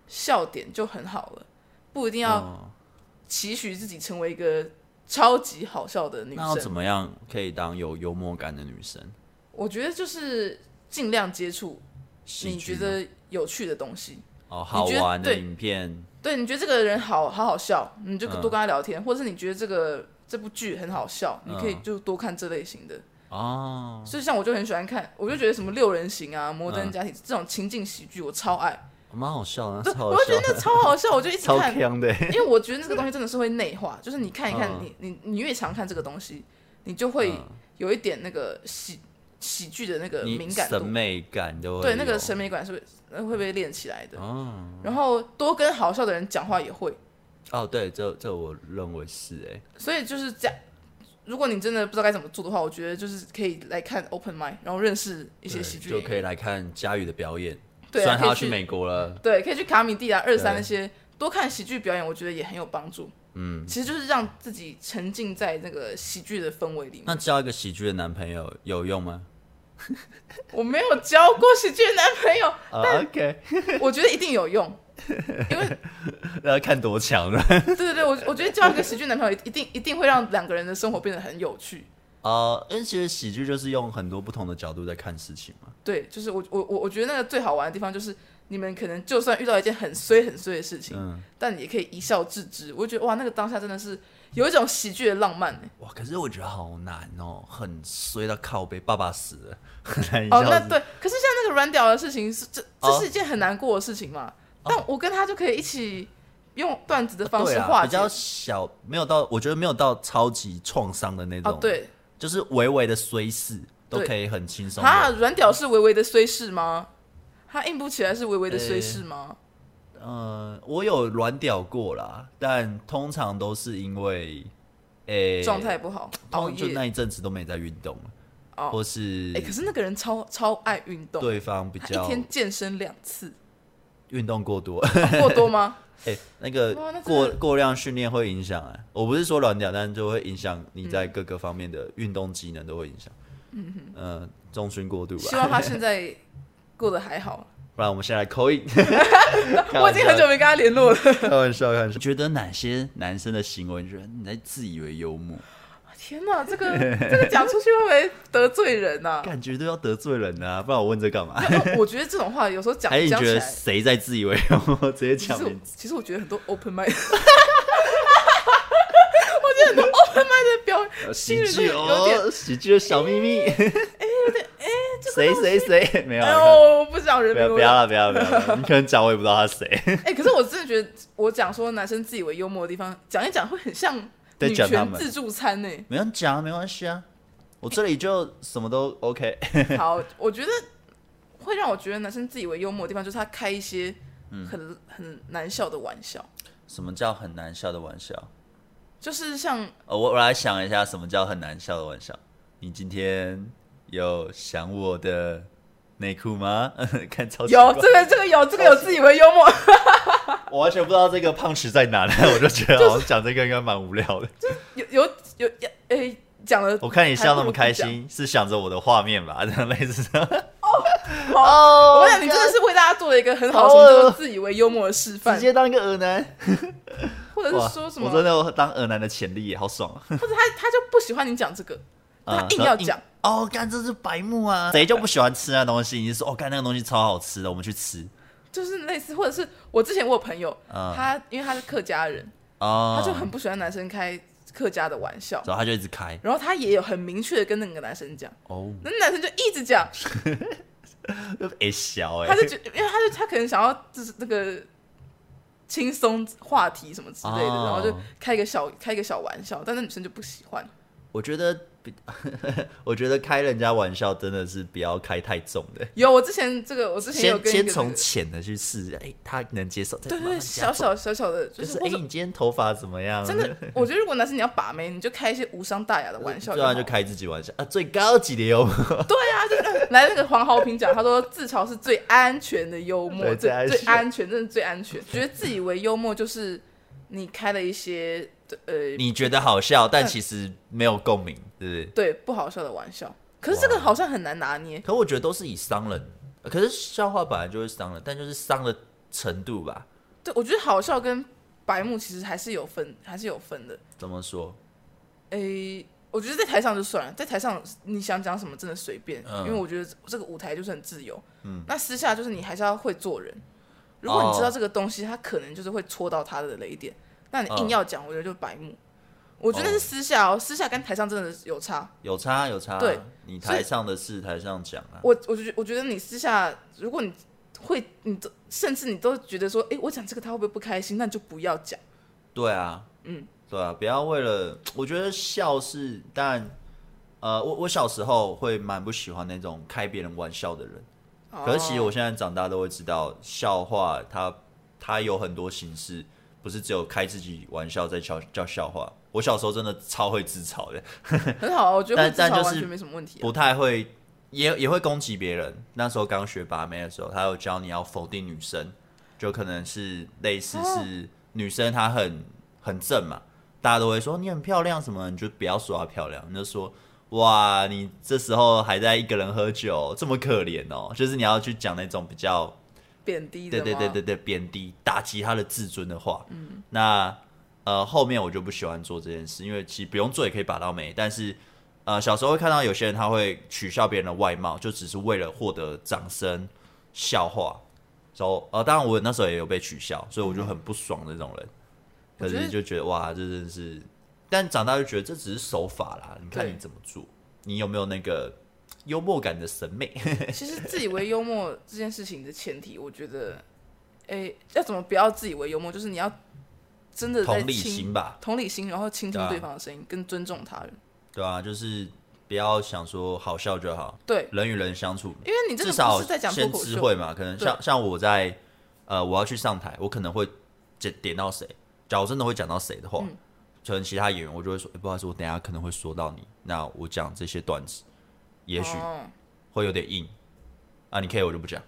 S2: 笑点就很好了，不一定要
S1: 哦
S2: 期许自己成为一个超级好笑的女
S1: 那要怎
S2: 生。
S1: 么样可以当有幽默感的女生？
S2: 我觉得就是尽量接触
S1: 喜
S2: 你
S1: 剧
S2: 觉
S1: 吗
S2: 得有趣的东西，
S1: 哦好
S2: 你觉得
S1: 玩的
S2: 对
S1: 影片，
S2: 对，你觉得这个人好好好笑，你就
S1: 嗯
S2: 多跟他聊天，或者是你觉得这个这部剧很好笑，你可以
S1: 嗯
S2: 就多看这类型的。
S1: 哦，
S2: 所以像我就很喜欢看，我就觉得什么六人行啊、摩
S1: 嗯
S2: 登家庭这种情境喜剧，我超爱，
S1: 蛮好笑的，
S2: 对，
S1: 超
S2: 我
S1: 好
S2: 就觉得
S1: 笑
S2: 那
S1: 的，
S2: 超好笑，我就一直
S1: 超
S2: 看，
S1: 强的欸，
S2: 因为我觉得那个东西真的是会内化，就是你看一看，
S1: 嗯
S2: 你你你越常看这个东西，你就会
S1: 嗯
S2: 有一点那个喜喜剧的那个
S1: 你
S2: 呃敏感
S1: 审
S2: 度，
S1: 美感都会
S2: 对，那个
S1: 有
S2: 审美感是会呃会被练起来的。
S1: 哦
S2: 然后多跟好笑的人讲话也会，
S1: 哦，对，这这我认为是哎，
S2: 所以就是这样。如果你真的不知道该怎么做的话，我觉得就是可以来看 Open Mind，然后认识一些
S1: 对
S2: 喜剧
S1: 就
S2: 演
S1: 可
S2: 员，
S1: 以来看佳宇的表演，
S2: 对啊
S1: 虽然他
S2: 可以
S1: 要去
S2: 去嗯
S1: 美国了，
S2: 对，可以去卡米蒂啊、二三
S1: 对
S2: 那些多看喜剧表演，我觉得也很有帮助。
S1: 嗯，
S2: 其实就是让自己沉浸在那个喜剧的氛围里面。
S1: 那交一个喜剧的男朋友有用吗？
S2: 我没有交过喜剧的男朋友，
S1: 啊，OK，
S2: 我觉得一定有用。
S1: 要看多强了。
S2: 对对对，我我觉得交一个喜剧男朋友一定一定会让两个人的生活变得很有趣。
S1: 呃，因为其实喜剧就是用很多不同的角度在看事情嘛。
S2: 对，就是我我我我觉得那个最好玩的地方就是，你们可能就算遇到一件很衰很衰的事情，
S1: 嗯，
S2: 但你也可以一笑置之。我就觉得哇，那个当下真的是有一种喜剧的浪漫欸、
S1: 哇，可是我觉得好难哦，很衰到靠背，爸爸死了， 很难一
S2: 哦，
S1: 下
S2: 那
S1: 子
S2: 对，可是像那个软屌的事情是这这
S1: 哦
S2: 是一件很难过的事情嘛？但我跟他就可以一起用段子的方
S1: 对
S2: 式
S1: 啊
S2: 化
S1: 比
S2: 解。
S1: 较小，没有到，我觉得没有到超级创伤的那种。
S2: 哦，，对，
S1: 就是微微的衰事都
S2: 对
S1: 可以很轻松地。
S2: 啊，软屌是微微的虽事吗？他硬不起来是微微的虽事吗？
S1: 呃，我有软屌过啦，但通常都是因为，诶、
S2: 状态不好，熬
S1: 通就
S2: 夜。
S1: 那一阵子都没在运动了，
S2: 哦
S1: 或是
S2: 哎、可是那个人超超爱运动，
S1: 对方比
S2: 他一
S1: 较
S2: 天健身两次，
S1: 运动过多，
S2: 过多吗？
S1: 哎、那个
S2: 哇那真的
S1: 过过量训练会影响哎、我不是说软屌，但是就会影响你在各个方面的运动机能都会影响。嗯呃，重训过度
S2: 希
S1: 吧，
S2: 望他现在过得还好。
S1: 不然我们先来扣 印。
S2: 我已经很久没跟他联络了。
S1: 开玩笑，开玩笑。觉得哪些男生的行为，你觉得你在自以为幽默，
S2: 天哪，这个这个讲出去会不会得罪人 呐、啊？哦
S1: 感觉都要得罪人啊，不然我问这 干嘛？
S2: 我觉得这种话有时候讲
S1: 还是哎你
S2: 讲
S1: 觉
S2: 起
S1: 得
S2: 来，
S1: 谁在自以为 幽默？直接
S2: 其
S1: 讲
S2: 实我
S1: 名字。
S2: 其实我觉得很多 open mic，我觉 得很多 open mic 的表演，新
S1: 喜
S2: 人都
S1: 剧
S2: 有点
S1: 哦，呃喜剧的小秘密。哎，有点哎，谁谁谁没有
S2: 哎
S1: 啊？
S2: 呦，不讲人
S1: 不
S2: 名
S1: 要
S2: 我
S1: 不要了，不要了不要了，你可能讲我也不知道他谁，
S2: 哎、可是我真的觉得，我讲说男生自以为幽默的地方，讲一讲会很像
S1: 在
S2: 女
S1: 讲他
S2: 权
S1: 们
S2: 自助餐欸呢、
S1: 没人讲啊没关系啊，我这里就什么都 OK。
S2: 好，我觉得会让我觉得男生自以为幽默的地方，就是他开一些
S1: 嗯
S2: 很、很难笑的玩笑，
S1: 什么叫很难笑的玩笑？
S2: 就是像
S1: 呃，我我来想一下什么叫很难笑的玩笑。你今天有想我的内裤吗？ 看超奇怪
S2: 有这个这个有这个有自以为幽默，
S1: 我完全不知道这个胖池在哪， 我就觉得好像讲这个应该蛮无聊的。
S2: 有有有哎、讲了，
S1: 我看你笑那么开心，是想着我的画面吧？这样类似这样。
S2: 我
S1: 哦
S2: 跟你讲，你真的是为大家做了一个很好的
S1: 好
S2: 什么叫
S1: 恶
S2: 做自以为幽默的示范
S1: 直，接当一个恶男，
S2: 或者是说什么，
S1: 我真的有当恶男的潜力耶，好爽啊！嗯
S2: 或者他他就不喜欢你讲这个，他硬要讲。
S1: 哦，干这是白目啊！谁就不喜欢吃那东西？你就说哦，干那个东西超好吃的，我们去吃
S2: 就是类似，或者是我之前我有朋友，
S1: 嗯
S2: 他因为他是客家人，
S1: 哦，
S2: 他就很，不喜欢男生开客家的玩笑，
S1: 然后他就一直开
S2: 然后他也有很明确的跟那个男生讲，
S1: 哦，
S2: 那男生就一直讲，
S1: 哎小哎
S2: 他，就觉，因为他就他可能想要就是那个轻松话题什么之类的，
S1: 哦
S2: 然后就开一个小开一个小玩笑，但那女生就不喜欢。
S1: 我觉得比， 我觉得开人家玩笑真的是不要开太重的。
S2: 有我之前这个，我之前
S1: 先
S2: 有跟一
S1: 先
S2: 个、那
S1: 从
S2: 个，
S1: 浅的去试，哎、他能接受，再
S2: 对
S1: 慢
S2: 对，
S1: 慢加
S2: 小
S1: 重
S2: 小小小的，就
S1: 就是是
S2: 或
S1: 哎、
S2: 者
S1: 你今天头发怎么样？呃
S2: 真的，我觉得如果男生你要把妹，你就开一些无伤大雅的玩笑
S1: 对
S2: 好
S1: 啊，
S2: 了
S1: 就开自己玩笑啊，最高级的幽默，
S2: 来那个黄豪平讲，他说自嘲是最安全的幽默，
S1: 对最
S2: 最
S1: 安全
S2: 最安全，真的最安全。觉得自以为幽默就是你开了一些呃
S1: 你觉得好笑，
S2: 嗯
S1: 但其实没有共鸣，对不对？
S2: 对不好笑的玩笑，可是这个好像很难拿捏。
S1: 可我觉得都是以伤人，呃可是笑话本来就会伤人，但就是伤的程度吧。
S2: 对，我觉得好笑跟白目其实还是有分，还是有分的。
S1: 怎么说？
S2: 诶、我觉得在台上就算了，在台上你想讲什么真的随便，
S1: 嗯
S2: 因为我觉得这个舞台就是很自由。嗯，那私下就是你还是要会做人。如果你知道
S1: 哦
S2: 这个东西，他可能就是会戳到他的雷点。那你硬
S1: 嗯
S2: 要讲，我觉得就白目。我觉得是
S1: 哦
S2: 私下哦，私下跟台上真的有差。
S1: 有差有差。啊
S2: 对，
S1: 你
S2: 所以
S1: 台上的事台上讲啊。
S2: 我我觉我觉得你私下，如果你会，你都甚至你都觉得说，哎、我讲这个他会不会不开心？那你就不要讲。
S1: 对啊，
S2: 嗯，
S1: 对啊，不要为了我觉得笑是，当然，呃，我我小时候会蛮不喜欢那种开别人玩笑的人，可是其实
S2: 哦
S1: 我现在长大都会知道，笑话它它有很多形式，不是只有开自己玩笑再叫叫笑话。我小时候真的超会自嘲的，
S2: 很好啊，我觉
S1: 但
S2: 得会至少
S1: 但就是
S2: 完全没什么问题啊、
S1: 不太会，也也会攻击别人。那时候刚学把妹的时候，他有教你要否定女生，就可能是类似是女生她很很正嘛，大家都会说你很漂亮什么，你就不要说她漂亮，你就说哇，你这时候还在一个人喝酒，这么可怜哦。就是你要去讲那种比较
S2: 贬低的
S1: 对
S2: 吗？
S1: 对对对对贬低打击她的自尊的话，嗯，那呃后面我就不喜欢做这件事，因为其实不用做也可以把到美，但是呃小时候会看到有些人他会取笑别人的外貌，就只是为了获得掌声笑话，然后呃当然我那时候也有被取笑，所以我就很不爽这种人，
S2: 我
S1: 可
S2: 觉得
S1: 是就觉得哇这真的是，但长大就觉得这只是手法啦，你看
S2: 对
S1: 你怎么做，你有没有那个幽默感的审美？
S2: 其实自以为幽默这件事情的前提，我觉得，诶，要怎么不要自以为幽默？就是你要真的在
S1: 同理
S2: 倾
S1: 心吧，
S2: 同理心，然后倾
S1: 对
S2: 听
S1: 啊
S2: 对方的声音，跟尊重他人。
S1: 对啊，就是不要想说好笑就好，
S2: 对，
S1: 人与人相处，
S2: 因为你这
S1: 至
S2: 个
S1: 少
S2: 不是在讲脱
S1: 先
S2: 口
S1: 知
S2: 秀，
S1: 会嘛。可能
S2: 对
S1: 像像我在呃，我要去上台，我可能会点点到谁，假如真的会讲到谁的话，
S2: 嗯
S1: 可能其他演员我就会说，欸不好意思，我等一下可能会说到你，那我讲这些段子，也许
S2: 哦嗯
S1: 会有点硬啊，你可以我就不讲。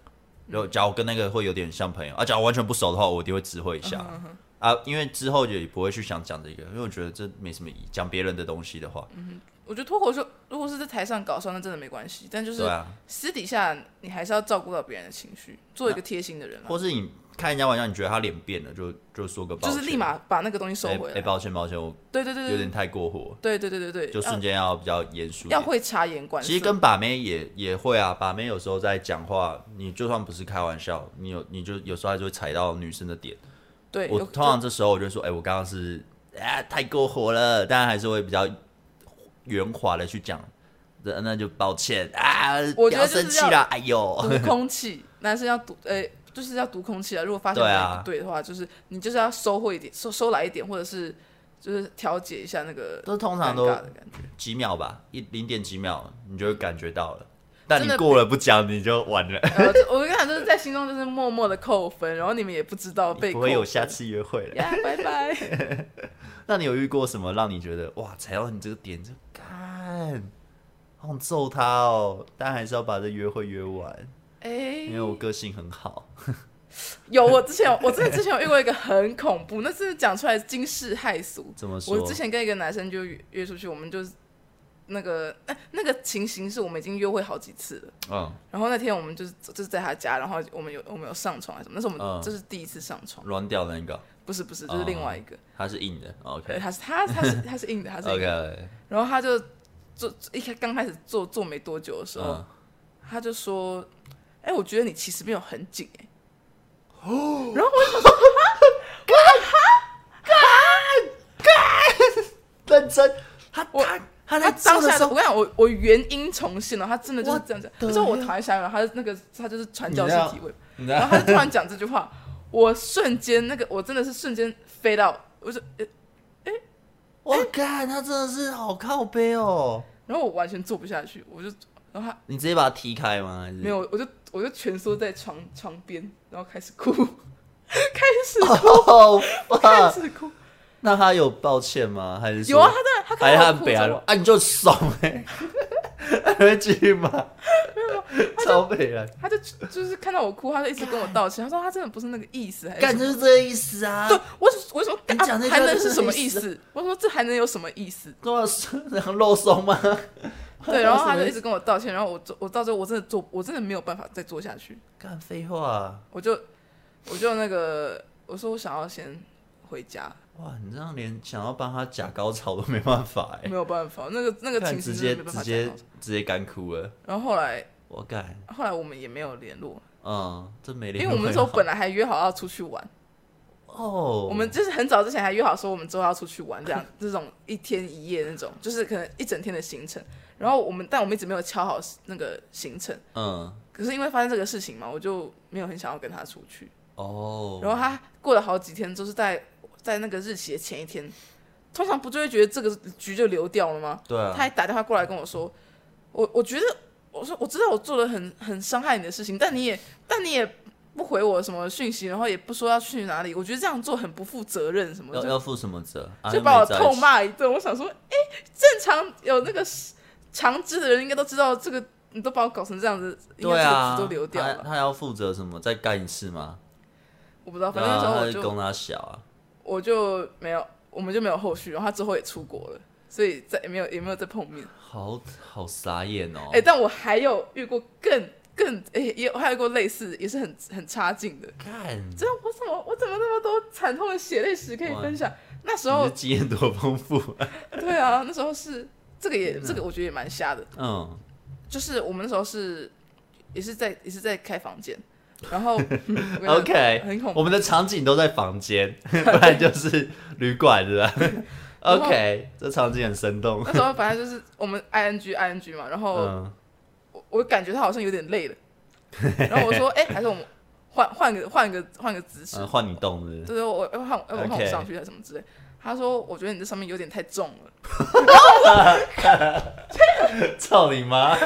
S1: 然后，假如跟那个会有点像朋友啊，假如完全不熟的话，我一定会知会一下
S2: 嗯
S1: 啊，因为之后也不会去想讲这个，因为我觉得这没什么意义。讲别人的东西的话，
S2: 嗯我觉得脱口秀如果是在台上搞笑，那真的没关系。但就是
S1: 对啊，
S2: 私底下，你还是要照顾到别人的情绪，做一个贴心的人啊，
S1: 或是你开人家玩笑，你觉得他脸变了，就就说个抱
S2: 就
S1: 歉，
S2: 是立马把那个东西收
S1: 哎
S2: 回
S1: 哎、
S2: 来。嗯
S1: 抱歉抱歉，我
S2: 对对对
S1: 有点
S2: 对
S1: 太过火，
S2: 对对对对对，
S1: 就瞬间要比较严肃一
S2: 呃
S1: 点。
S2: 要要会察言观色。
S1: 其实跟把妹也也会啊，把妹有时候在讲话，你就算不是开玩笑，你有你就有时候还是会踩到女生的点。
S2: 对，
S1: 我
S2: 有
S1: 通常这时候我就说，哎、我刚刚是啊太过火了，但还是会比较圆滑的去讲，那那就抱歉啊，
S2: 我
S1: 不
S2: 觉
S1: 要
S2: 得就是
S1: 生气
S2: 要
S1: 啦，哎呦，
S2: 读空气，男生要读，呃、就是要读空气啊。如果发现
S1: 对
S2: 哪里
S1: 啊
S2: 不对的话，就是你就是要收回一点，收收来一点，或者是就是调节一下那个
S1: 都通
S2: 尴
S1: 常都
S2: 尬的感觉。
S1: 几秒吧，一零点几秒，你就会感觉到了。但
S2: 真
S1: 你
S2: 的
S1: 过了不讲，你就完了，
S2: 呃，就我跟你讲，就是在心中就是默默的扣分，然后你们也不知道 被
S1: 你 不
S2: 扣
S1: 会
S2: 分
S1: 有下次约会了。
S2: 呀，拜拜。
S1: 那你有遇过什么让你觉得哇踩到你这个点就干，好想揍他哦？但还是要把这约会约完，
S2: 哎、
S1: 因为我个性很好。
S2: 有我之前有我真的之前有遇过一个很恐怖，那真的讲出来惊世骇俗。
S1: 怎么说？
S2: 我之前跟一个男生就约约出去，我们就是那个那那个情形是我们已经约会好几次了。
S1: 嗯，
S2: 然后那天我们就是就是在他家，然后我们有我们有上床还是什么？那是我们
S1: 嗯
S2: 这是第一次上床，
S1: 软掉的那个，
S2: 不是不是，就是另外一个。
S1: 他是硬的。
S2: 对，
S1: OK
S2: 他是他他是他是硬的，他是
S1: 嗯
S2: 硬
S1: OK，嗯
S2: 的。然后他就做一开刚开始做做没多久的时候，
S1: 嗯，
S2: 他就说：“哎、我觉得你其实没有很紧哎、
S1: 认真，他
S2: 我
S1: 他他
S2: 他
S1: 在
S2: 当
S1: 当的
S2: 下
S1: 时
S2: 的
S1: 候
S2: 我，跟你讲，我我原音重现了，他真的就是
S1: What
S2: 这样讲。
S1: the
S2: 可是我讨厌下一秒，他那个他就是传教士
S1: 你知道
S2: 体位，
S1: 你知
S2: 然后
S1: 道
S2: 他就突然讲这句话，我瞬间那个我真的是瞬间飞到，我就、呃
S1: 我干，他真的是好靠背哦。
S2: 然后我完全做不下去，我就然后他
S1: 你直接把他踢开吗？还是
S2: 没有，我就我就蜷缩在床床边，然后开始哭， 开始
S1: 哦，
S2: 开
S1: 哇！
S2: 始哭。
S1: 那他有抱歉吗？还是说
S2: 有啊，他当然他
S1: 还是他
S2: 看到我哭
S1: 北
S2: 着
S1: 兰
S2: 我，
S1: 啊？你就爽哎、欸，还会继续骂，超北兰，
S2: 他就就是看到我哭，他就一直跟我道歉，他说他真的不是那个意思，还是
S1: 干
S2: 什
S1: 就
S2: 么
S1: 是这个意思啊。
S2: 对，我就我就说
S1: 你讲
S2: 干
S1: 那句话
S2: 还能
S1: 就是是
S2: 什么
S1: 意
S2: 意
S1: 思
S2: 思？我说这还能有什么 意思？
S1: 对啊，然后肉松吗？
S2: 对，然后他
S1: 什么
S2: 就
S1: 意
S2: 一
S1: 思
S2: 直跟我道歉，然后我做我到最后我真的做我真的没有办法再做下去，
S1: 干废话、啊，
S2: 我就我就那个我说我想要先回家，
S1: 哇！你这样连想要帮他假高潮都没办法哎、
S2: 没有办法，那个那个
S1: 干
S2: 情
S1: 直
S2: 绪
S1: 接
S2: 真的没办
S1: 直
S2: 法讲
S1: 接
S2: 到。
S1: 直接干哭了，
S2: 然后后来
S1: 我干，
S2: 后来我们也没有联络，
S1: 嗯，真没
S2: 因
S1: 联
S2: 为
S1: 络。
S2: 我们 那时候本来还约好要出去玩，
S1: 哦，
S2: 我们就是很早之前还约好说我们之后要出去玩，这样这种一天一夜那种，就是可能一整天的行程。然后我们，但我们一直没有敲好那个行程。
S1: 嗯
S2: 可是因为发生这个事情嘛，我就没有很想要跟他出去。
S1: 哦，
S2: 然后他过了好几天，就是在在那个日期的前一天，通常不就会觉得这个局就流掉了吗？
S1: 对
S2: 他
S1: 啊，
S2: 还打电话过来跟我说，我我觉得，我说我知道我做了很很伤害你的事情，但你也但你也不回我什么讯息，然后也不说要去哪里，我觉得这样做很不负责任什么
S1: 要
S2: 的，
S1: 要负什么责？啊
S2: 就
S1: 又
S2: 把
S1: 没
S2: 我
S1: 在一
S2: 痛
S1: 起
S2: 骂一顿。我想说，哎、正常有那个长知的人应该都知道这个，你都把我搞成这样子，应该
S1: 对
S2: 这
S1: 啊
S2: 个，局都流掉
S1: 他
S2: 了。
S1: 他要负责什么？再干一次吗？
S2: 我不知道，
S1: 对
S2: 哦反正那时候
S1: 啊，
S2: 我
S1: 他
S2: 就
S1: 就供他小啊。
S2: 我就没有，我们就没有后续，然后他之后也出国了，所以再也没有也没有再碰面。
S1: 好好傻眼哦！
S2: 哎、但我还有遇过更更哎、也我还有遇过类似也是很很差劲的。
S1: 干，
S2: 真的，我怎么我怎么那么多惨痛的血泪史可以分享？那时
S1: 你
S2: 候
S1: 的经验多丰富啊。
S2: 对啊，那时候是这个也这个我觉得也蛮瞎的，
S1: 嗯，
S2: 就是我们那时候是也是在也是在开房间，然后我跟你讲
S1: OK，
S2: 啊很恐怖
S1: 我们的场景都在房间， 不然就是旅馆，是 吧
S2: 后
S1: ？OK，这场景很生动。
S2: 那时候反正就是我们 ing ing 嘛，然后
S1: 嗯，
S2: 我我感觉他好像有点累了，然后我说哎、还是我们换换个换个换个姿势
S1: 嗯，换你动是不是？
S2: 就是我要换要换我
S1: OK
S2: 上去还是什么之类。他说：“我觉得你这上面有点太重了。
S1: 操你妈！”，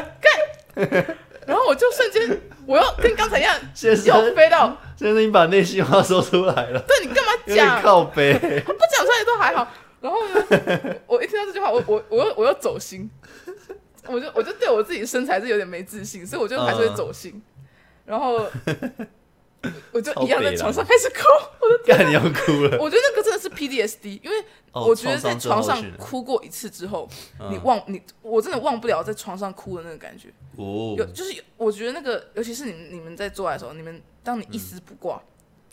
S2: 然后我就瞬间，我又跟刚才一样
S1: 先
S2: 又
S1: 生，
S2: 飞到。
S1: 先生，你把内心话说出来了，
S2: 对你干嘛
S1: 有点
S2: 讲？
S1: 靠背。
S2: 不讲出来都还好。然后呢，我我一听到这句话，我我我又我又走心，我就我就对我自己身材是有点没自信，所以我就还是
S1: 嗯
S2: 会走心。然后 我就一样在床
S1: 啊
S2: 上开始哭，
S1: 干，你要哭了。
S2: 我觉得那个真的是 PDSD，因为
S1: 哦
S2: 我觉得在
S1: 创伤
S2: 床上
S1: 症候群
S2: 哭过一次之后，
S1: 嗯
S2: 你忘你我真的忘不了在床上哭的那个感觉。
S1: 哦
S2: 有就是有我觉得那个，尤其是你你们在做爱的时候，你们当你一丝不挂，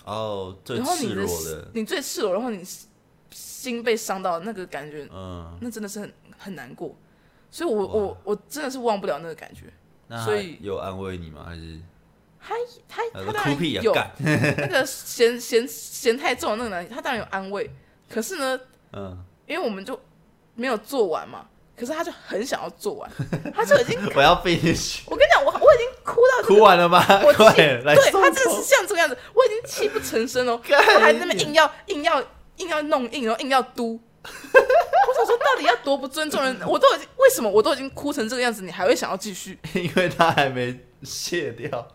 S1: 哦，最
S2: 然后
S1: 嗯
S2: 你
S1: 赤
S2: 的
S1: 裸
S2: 心
S1: 的，
S2: 你最赤裸，然后你心被伤到那个感觉，
S1: 嗯，
S2: 那真的是很很难过。所以我，
S1: 哇
S2: 我我真的是忘不了那个感觉。
S1: 那
S2: 所
S1: 他
S2: 以
S1: 有安慰你吗？还是
S2: 他
S1: 他
S2: 他
S1: 说
S2: 当
S1: 呃哭屁呀
S2: 然有
S1: 干？
S2: 那个嫌嫌嫌太重的那个男，他当然有安慰。可是呢，
S1: 嗯，
S2: 因为我们就没有做完嘛，可是他就很想要做 完，他就已经，
S1: 我要 finish，
S2: 我跟你讲，我我已经哭到
S1: 哭完了吗？
S2: 我
S1: 快
S2: 气，
S1: 来
S2: 对
S1: 送
S2: 他真的是
S1: 走。
S2: 像这个样子，我已经气不成声了，
S1: 干
S2: 他还在那边硬要硬要硬要弄硬，然哦后硬要嘟。我想说，到底要多不尊重人？ 我都已经为什么我都已经哭成这个样子，你还会想要继续？
S1: 因为他还没卸掉。
S2: 啊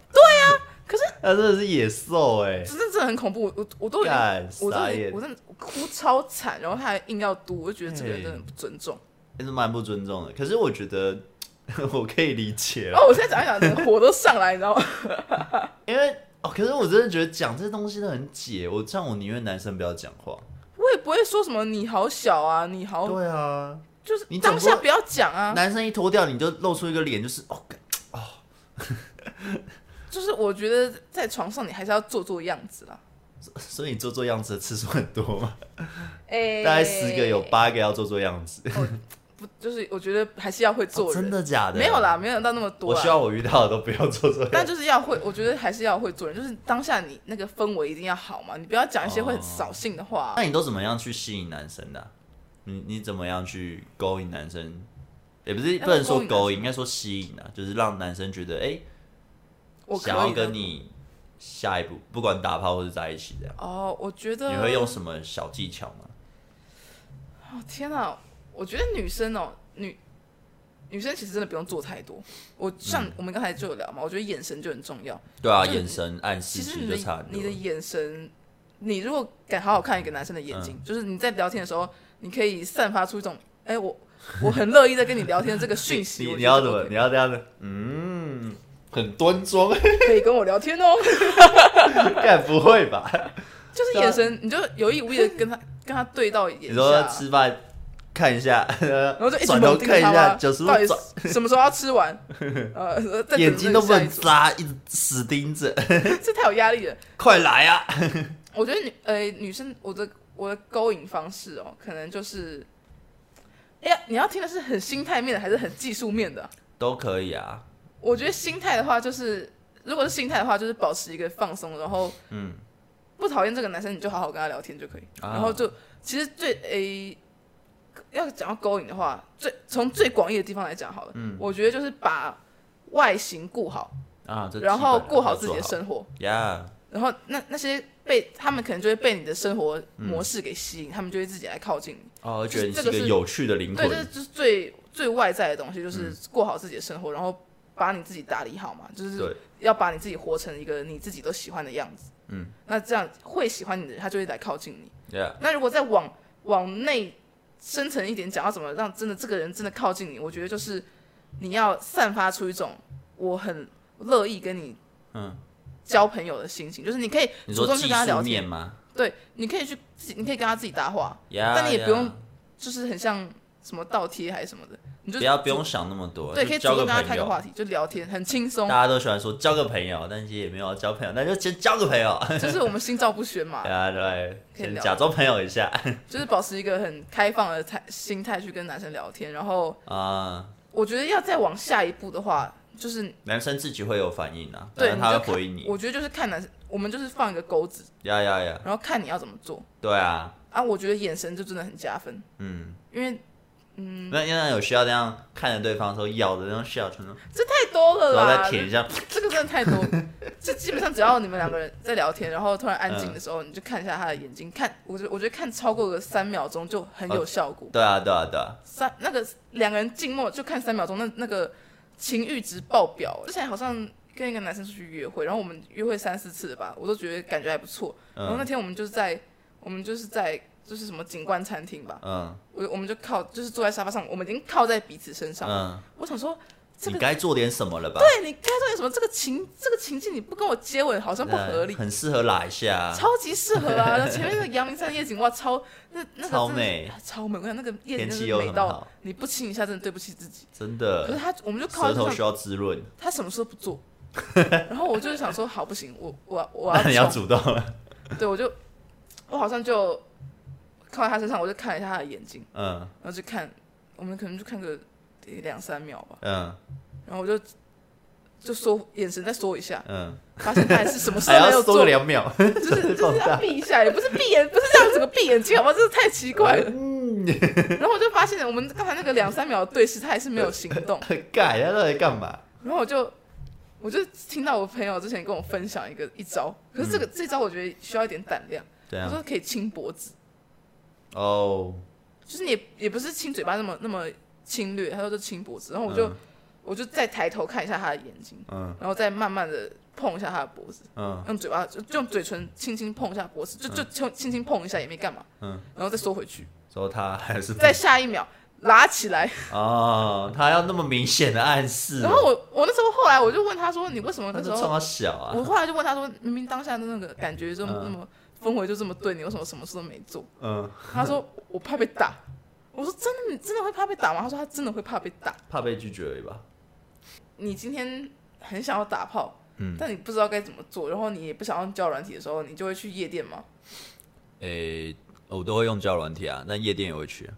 S2: 可是
S1: 他真的是野兽哎、
S2: 真的真的很恐怖，我我我都已经
S1: 干
S2: 我真
S1: 傻
S2: 的
S1: 眼
S2: 我真的哭超惨，然后他还硬要嘟，我就觉得这个人真的很不 尊重。
S1: 还是蛮不尊重的。可是我觉得 我可以理解
S2: 然
S1: 了，
S2: 哦后我现在讲一讲，整个火都上来，你知道吗？
S1: 因为哦，可是我真的觉得讲这东西都很解。我这样我宁愿男生不要讲话。
S2: 我也不会说什么你好小啊，你好，
S1: 对啊，
S2: 就是
S1: 你
S2: 当
S1: 总不
S2: 下不要讲啊。
S1: 男生一脱掉你就露出一个脸，就是哦，干
S2: 就是我觉得在床上你还是要做做样子啦。
S1: 所以你做做样子的次数很多嘛，
S2: 哎
S1: 大概十个有八个要做做样子。
S2: 哦不就是我觉得还是要会做
S1: 哦
S2: 人，
S1: 真的假的？
S2: 没有，啦，没有到那么多
S1: 我希
S2: 啦。
S1: 望我遇到的都不要做做样
S2: 但
S1: 子。
S2: 就是要会，我觉得还是要会做人，就是当下你那个氛围一定要好嘛，你不要讲一些会很扫兴的话啊、
S1: 那你都怎么样去吸引男生的啊、你你怎么样去勾引男生？也不是
S2: 哎
S1: 不能说
S2: 勾引男
S1: 勾引，应
S2: 生
S1: 该说吸引啊，就是让男生觉得哎、
S2: 我可
S1: 想要
S2: 以啊
S1: 跟
S2: 的。
S1: 你下一步，不管打炮或是在一起这样，
S2: 哦，我觉得
S1: 你会用什么小技巧吗？
S2: 哦天哪、我觉得女生哦，女女生其实真的不用做太多。我
S1: 嗯
S2: 像我们刚才就有聊嘛，我觉得眼神就很重要。
S1: 对啊，
S2: 就
S1: 眼神暗示
S2: 其实
S1: 其
S2: 你
S1: 实就差
S2: 的
S1: 很
S2: 你的
S1: 多。
S2: 眼神，你如果敢好好看一个男生的眼睛，
S1: 嗯
S2: 就是你在聊天的时候，你可以散发出一种，哎、我我很乐意在跟你聊天的这个讯 息。
S1: 你
S2: 我
S1: 你
S2: 觉得
S1: 要
S2: 就
S1: 怎么？
S2: OK
S1: 你要这样子，嗯，很端庄，
S2: 可以跟我聊天哦？
S1: 该不会吧？
S2: 就是眼神，你就有意无意的跟他跟他对到眼下，
S1: 啊你说吃饭看一下，
S2: 然后就一直
S1: 转头
S2: 猛盯
S1: 看
S2: 着
S1: 一
S2: 他
S1: 下，
S2: 吗
S1: 九十度
S2: 到底
S1: 转，
S2: 什么时候要吃完？呃，再等
S1: 眼睛都不能
S2: 下一组
S1: 眨，一直死盯着，
S2: 这太有压力了。
S1: 快来啊！
S2: 我觉得女呃女生，我的我的勾引方式哦，可能就是，哎呀，你要听的是很心态面的，还是很技术面的啊？
S1: 都可以啊，
S2: 我觉得心态的话，就是如果是心态的话，就是保持一个放松，然后嗯，不讨厌这个男生，你就好好跟他聊天就可以。
S1: 啊
S2: 然后就其实最诶、要讲到勾引的话，最从最广义的地方来讲好了，嗯，我觉得就是把外形顾好，
S1: 啊，这
S2: 然后过好自己的
S1: 活。
S2: 生活，
S1: 呀，
S2: 然后那那些被他们可能就会被你的生活模式给吸引，他们就会自己来靠近你。
S1: 哦，我觉得你是一
S2: 这
S1: 个
S2: 个是
S1: 有趣的灵
S2: 对，这
S1: 魂，
S2: 就是最最外在的东西，
S1: 嗯
S2: 就是过好自己的生活，然后把你自己打理好嘛，就是
S1: 对
S2: 要把你自己活成一个你自己都喜欢的样子。嗯，那这样会喜欢你的人，他就会来靠近你。
S1: 呀，
S2: 那如果再往往内深层一点讲，要怎么让真的这个人真的靠近你？我觉得就是你要散发出一种我很乐意跟你
S1: 嗯，
S2: 交朋友的心情，就是你可以
S1: 你
S2: 主
S1: 说
S2: 动去
S1: 技
S2: 跟他
S1: 术
S2: 聊天
S1: 面，吗？
S2: 对，你可以去自己，你可以跟他自己搭话，
S1: 呀，
S2: 但你也不用
S1: yeah
S2: 就是很像什么倒贴还是什么的，你就
S1: 不要不
S2: 主
S1: 用想那么多，
S2: 对，
S1: 就
S2: 可以主
S1: 交个
S2: 动跟他
S1: 朋
S2: 开个
S1: 友。
S2: 话题，就聊天，很轻 松
S1: 大，家都喜欢说交个朋友，但其实也没有要交朋友，那就先交个朋友，
S2: 就是我们心照不宣嘛
S1: 对，啊，对，
S2: 可以
S1: 先
S2: 聊
S1: 假装朋友一下
S2: 就是保持一个很开放的态心态去跟男生聊天。然后
S1: 啊。
S2: 我觉得要再往下一步的话，就是
S1: 男生自己会有反应啊，
S2: 对，
S1: 但是
S2: 你
S1: 他
S2: 就
S1: 会
S2: 看
S1: 回应你，
S2: 我觉得就是看男生，我们就是放一个钩子，
S1: 呀呀呀，
S2: 然后看你要怎么做
S1: 对啊，
S2: 啊。我觉得眼神就真的很加分，
S1: 嗯，
S2: 因为嗯
S1: 那因为有需要这样看着对方的时候咬着那种笑， 然
S2: 太多了
S1: 后
S2: 啦，
S1: 再舔一下，
S2: 这个真的太多，这基本上只要你们两个人在聊天，然后突然安静的时候，你就看一下他的眼睛，看，我觉得我觉得看超过个三秒钟就很有效果。
S1: 对啊，对啊，对啊，
S2: 三那个两个人静默就看三秒钟，那那个情欲值爆表。之前好像跟一个男生出去约会，然后我们约会三四次了吧，我都觉得感觉还不错。然后那
S1: 嗯
S2: 天我们就是在我们就是在就是什么景观餐厅吧，
S1: 嗯
S2: 我我们就靠就是坐在沙发上，我们已经靠在彼此身上。
S1: 嗯，
S2: 我想说这
S1: 你
S2: 个
S1: 该做点什么了吧？
S2: 对你该做点什么？这个情这个情境你不跟我接吻好像不合理，
S1: 很适合拉一下，
S2: 超级适合啊！然后前面那个阳明山夜景哇，超那那个
S1: 超
S2: 真的
S1: 美
S2: 是超美，我想那个夜景
S1: 天
S2: 真
S1: 气
S2: 的
S1: 又
S2: 是美
S1: 很
S2: 到
S1: 好，
S2: 你不亲一下真的对不起自己。
S1: 真
S2: 可是
S1: 的，
S2: 他我们就
S1: 舌
S2: 靠在
S1: 头
S2: 上
S1: 需，要滋润，
S2: 他什么事都不 做，然后我就是想说好不行，我我 我
S1: 那你要
S2: 冲
S1: 主动了，
S2: 对我就我好像就靠在他身上，我就看了一下他的眼睛，
S1: 嗯
S2: 然后就看我们可能就看个诶两三秒吧，
S1: 嗯
S2: 然后我就就缩眼神再缩一下。
S1: 嗯，
S2: 发现他还是什么事
S1: 还
S2: 都
S1: 要
S2: 没有
S1: 缩
S2: 做，
S1: 个
S2: 就是
S1: 两秒，
S2: 就是要闭一下，也不是闭眼，不是这样整个闭眼睛，好不好？真的太奇怪了。 然后我就发现我们刚才那个两三秒的对视，他还是没有行动。
S1: 盖他到底 干嘛？
S2: 然后我就我就听到我朋友之前跟我分享一个一招，可是这个、这招我觉得需要一点胆量。
S1: 对
S2: 他
S1: 啊，
S2: 说可以亲脖子，
S1: 哦，
S2: 就是你也也不是亲嘴巴那么那么侵略，他说就亲脖子。然后我就、
S1: 嗯
S2: 我就再抬头看一下他的眼睛，
S1: 嗯
S2: 然后再慢慢的碰一下他的脖子。
S1: 嗯
S2: 用嘴巴就用嘴唇轻轻碰一下脖子，就就轻轻轻碰一下也没干嘛，
S1: 嗯，
S2: 然后再缩回去，
S1: 之后他还是
S2: 再下一秒拉起来。
S1: 哦，他要那么明显的暗示，
S2: 然后我我那时候后来我就问他说：“你为什么
S1: 他
S2: 那时
S1: 就
S2: 候
S1: 冲他小？”啊，
S2: 我后来就问他说：“明明当下的那个感觉就
S1: 嗯
S2: 那么氛围就这么对你，为什么什么事都没做
S1: 嗯，？”
S2: 他说：“我怕被打。”我说：“真的，你真的会怕被打吗？”他说：“他真的会怕被打。
S1: 怕被拒绝而已吧。
S2: 你今天很想要打炮，
S1: 嗯
S2: 但你不知道该怎么做，然后你也不想要交友软体的时候，你就会去夜店嘛。
S1: 诶、我都会用交友软体啊，但夜店也会去，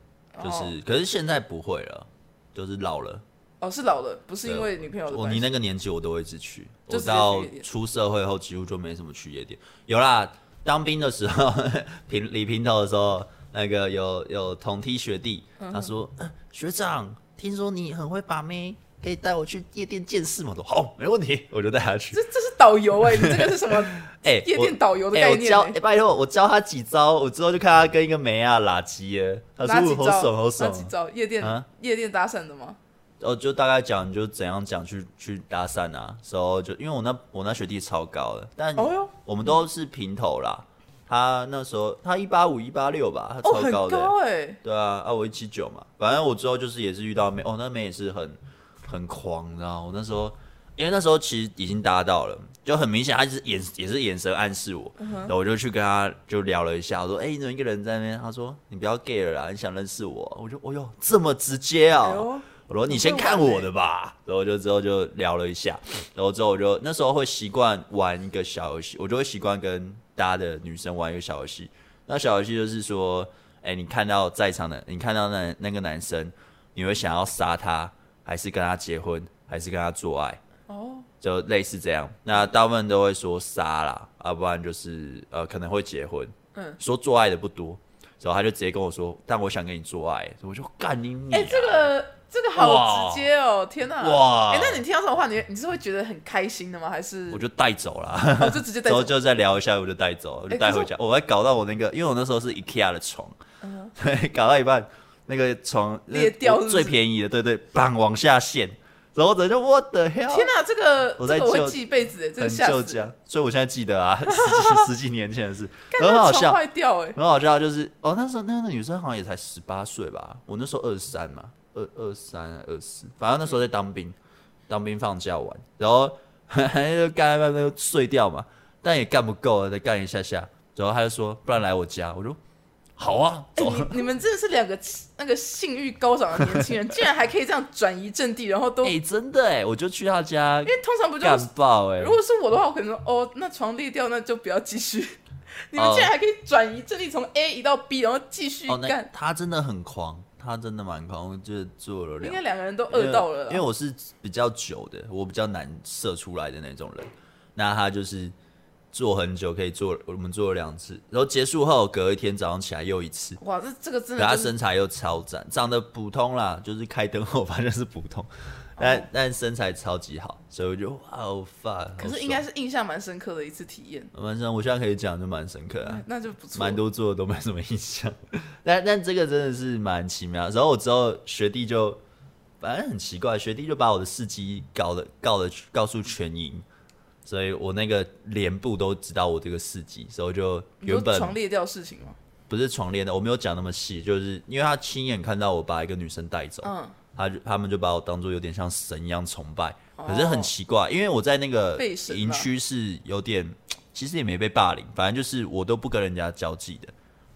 S1: 就是、
S2: 哦
S1: 可是现在不会了，就是老了。
S2: 哦，是老了，不是因
S1: 对
S2: 为女朋友的
S1: 我
S2: 关
S1: 你
S2: 系。
S1: 那个年纪我都会一直去，我
S2: 就直接去
S1: 到
S2: 夜店
S1: 出社会后几乎就没什么去夜店。有啦，当兵的时候平理平头的时候，那个有有同梯学弟，
S2: 嗯
S1: 他说、呃学长，听说你很会把妹。可以带我去夜店见识吗？我说好，没问题，我就带他去。
S2: 这这是导游 哎、你这个是什么
S1: 哎、
S2: 夜
S1: 我
S2: 店导游的
S1: 哎、
S2: 概
S1: 我
S2: 念、
S1: 教、
S2: 欸
S1: 哎？拜托，我教他几招，我之后就看他跟一个梅啊拉鸡耶，他
S2: 哪
S1: 说
S2: 几
S1: 我好
S2: 招？
S1: 爽好
S2: 哪
S1: 爽
S2: 几，招？夜店、
S1: 啊
S2: 夜店搭讪的吗？
S1: 哦，就大概讲你就怎样讲去去搭讪啊，然后就因为我那我那学弟超高的，但
S2: 哦哟，
S1: 我们都是平头啦，他那时候他一八五一八六吧，他
S2: 哦，
S1: 超
S2: 很
S1: 的、
S2: 高哎、
S1: 对啊，啊我一七九嘛，反正我之后就是也是遇到妹，哦那妹也是很很狂，你知道吗我那时候，因为那时候其实已经搭到了，就很明显，她就是眼也是眼神暗示我，
S2: 嗯
S1: 然后我就去跟她就聊了一下，我说哎、你怎么一个人在那边？她说你不要 gay 了啦，你想认识我？我就哦哟这么直接啊、
S2: 哎呦，
S1: 我说你先看我的吧，然后就之后就聊了一下，然后之后我就那时候会习惯玩一个小游戏，我就会习惯跟大家的女生玩一个小游戏。那小游戏就是说，哎，你看到在场的，你看到那那个男生，你会想要杀他，还是跟他结婚，还是跟他做爱？
S2: 哦，
S1: 就类似这样。那大部分都会说杀啦，要、不然就是呃可能会结婚。
S2: 嗯，
S1: 说做爱的不多，然后他就直接跟我说，但我想跟你做爱，我就干你娘
S2: 哎、这个这个好直接哦！天哪！
S1: 哇
S2: 哎、那你听到这种话，你你是会觉得很开心的吗？还是
S1: 我就带走了。
S2: 哦就直接带
S1: 然后
S2: 走？哎
S1: 就再聊一下，我就带走，我就带回家。我还搞到我那个，因为我那时候是 IKEA 的床，对， 搞到一半那个床
S2: 嗯裂掉是不是
S1: 最便宜的，对对，砰往下陷，然后我就 What the hell！
S2: 天哪，这个
S1: 我在
S2: 这个我
S1: 旧
S2: 会记一辈子哎，这
S1: 很
S2: 个吓
S1: 旧
S2: 死！
S1: 家，所以我现在记得啊，十几十几年前的事，
S2: 干
S1: 然后很好
S2: 那
S1: 笑
S2: 床，坏掉哎！
S1: 很好笑，就是哦，那时候那个女生好像也才十八岁吧，我那时候二十三嘛，二二三二四，反正那时候在当兵，当兵放假玩，然后 就干干干睡掉嘛，但也干不够，再干一下下，然后他就说，不然来我家，我说好啊，走，
S2: 哎你你们真的是两个那个性欲高涨的年轻 人，竟然还可以这样转移阵地，然后都、
S1: 哎、真的哎，我就去他家
S2: 因为通常不就
S1: 干
S2: 是
S1: 爆哎
S2: 如，果是我的话，我可能说哦，那床裂掉，那就不要继续。 你们
S1: 哦
S2: 竟然还可以转移阵地，从 A 移到 B，然后继续
S1: 哦，那
S2: 干，
S1: 他真的很狂，他真的蛮狂，我就做了
S2: 应
S1: 两
S2: 该两个人都
S1: 因为
S2: 饿到了啦
S1: 因为我是比较久的，我比较难射出来的那种人。那他就是做很久，可以做我们做了两次，然后结束后隔一天早上起来又一次。
S2: 哇，这这个真
S1: 可他
S2: 的就是
S1: 身材又超赞，长得普通啦，就是开灯后 反正是普通，
S2: 哦
S1: 但、但身材超级好，所以我就哇哦 fuck。
S2: 可是应该是印象蛮深刻的一次体验，
S1: 蛮深，我现在可以讲就蛮深刻啊。
S2: 那就不错。
S1: 蛮多做的都没什么印 象，但但这个真的是蛮奇妙的。然后我之后学弟就，反正很奇怪，学弟就把我的事迹搞的告了告诉全营，所以我那个连部都知道我这个事迹，所以我就
S2: 你说
S1: 原本
S2: 床裂掉的事情吗？
S1: 不是床练的，我没有讲那么细，就是因为他亲眼看到我把一个女生带走，
S2: 嗯，
S1: 他就他们就把我当做有点像神一样崇拜，
S2: 哦
S1: 可是很奇怪，因为我在那个
S2: 被神吧
S1: 营区是有点，其实也没被霸凌，反正就是我都不跟人家交际的，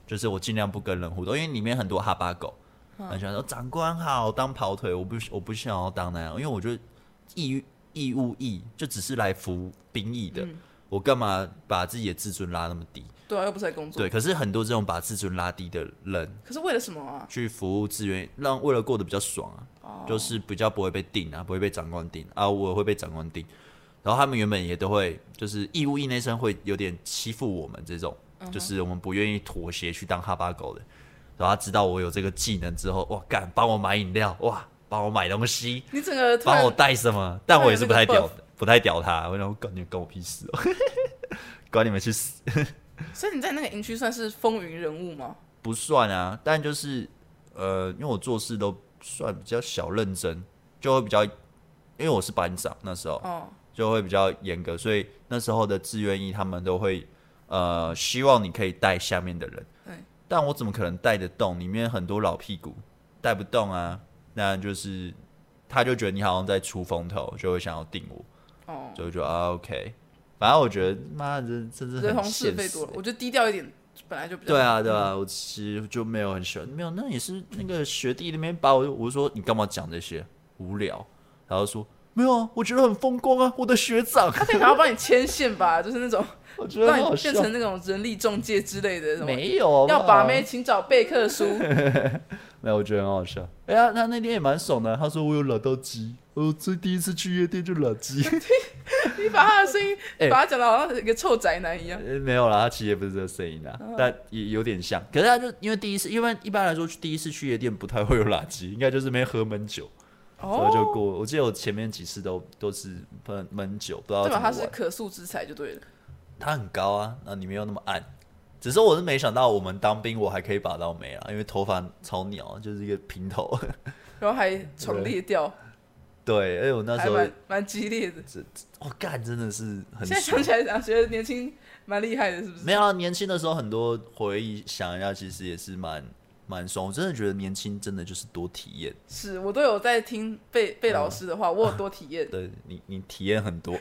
S1: 就是我尽量不跟人互动，因为里面很多哈巴狗，
S2: 嗯
S1: 很喜欢说长官好当跑腿，我不我不想要当那样，因为我就义义务役就只是来服兵役
S2: 嗯
S1: 的，我干嘛把自己的自尊拉那么低？
S2: 对啊，又不是在工作。
S1: 对，可是很多这种把自尊拉低的人，
S2: 可是为了什么啊？
S1: 去服务志愿，让为了过得比较爽啊，
S2: 哦
S1: 就是比较不会被定啊，不会被长官定啊，我会被长官定。然后他们原本也都会，就是义务役那生会有点欺负我们这种，
S2: 嗯
S1: 就是我们不愿意妥协去当哈巴狗的。然后他知道我有这个技能之后，哇，干，帮我买饮料，哇，帮我买东西，
S2: 你整个突
S1: 帮
S2: 然
S1: 我带什么？但
S2: 突然
S1: 我也是
S2: 有
S1: 不
S2: 那
S1: 太
S2: 个
S1: 屌，不太屌他，我想管你关我屁事哦， 管你们去死。
S2: 所以你在那个营区算是风云人物吗？
S1: 不算啊，但就是呃，因为我做事都算比较小认真，就会比较，因为我是班长那时候
S2: 哦，
S1: 就会比较严格，所以那时候的志愿役他们都会呃希望你可以带下面的人，
S2: 对，
S1: 但我怎么可能带得动？里面很多老屁股带不动啊，那就是他就觉得你好像在出风头，就会想要定我，
S2: 哦，
S1: 所以我就啊 OK，反正我觉得妈的这这是很
S2: 人红是
S1: 现
S2: 非
S1: 实
S2: 多
S1: 欸
S2: 了，我觉得低调一点本来就比较
S1: 对啊，对啊，我其实就没有很喜欢，没有，那也是那个学弟那边把我，我就说你干嘛讲这些无聊，然后说没有啊，我觉得很风光啊，我的学长，
S2: 他可以想要帮你牵线吧，就是那种
S1: 我觉得
S2: 让
S1: 很好
S2: 你
S1: 笑
S2: 变，成那种人力中介之类的，什么
S1: 没有好不好
S2: 要把妹，请找备课书。
S1: 没有，我觉得很好笑。哎呀，他那天也蛮爽的，他说我有老到鸡，我最第一次去夜店就老 鸡，
S2: 你把他的声音，
S1: 哎
S2: 把他讲的好像一个臭宅男一样。
S1: 呃没有啦，他其实也不是这个声音啦，
S2: 哦
S1: 但也有点像。可是他就因为第一次，因为一般来说去第一次去夜店不太会有垃圾，应该就是没喝闷酒。所以就
S2: 哦，
S1: 过。我记得我前面几次都都是闷闷酒，不知道哦
S2: 对
S1: 怎么
S2: 吧？他
S1: 玩。
S2: 是可塑之才就对了。
S1: 它很高啊，那里面又那么暗。只是我是没想到，我们当兵我还可以把到眉啊，因为头发超鸟，啊就是一个平头。
S2: 然后还床裂掉，
S1: 对，而且我那
S2: 还
S1: 时候，
S2: 蛮蛮激烈的。
S1: 我干、真的是很
S2: 现在
S1: 爽
S2: 想。起来，想觉得年轻蛮厉害的，是不是？
S1: 没有啊，年轻的时候很多回忆，想一下其实也是蛮蛮爽。我真的觉得年轻真的就是多体验，
S2: 是我都有在听贝贝老师的话，我有多体验，
S1: 嗯对你你体验很 多。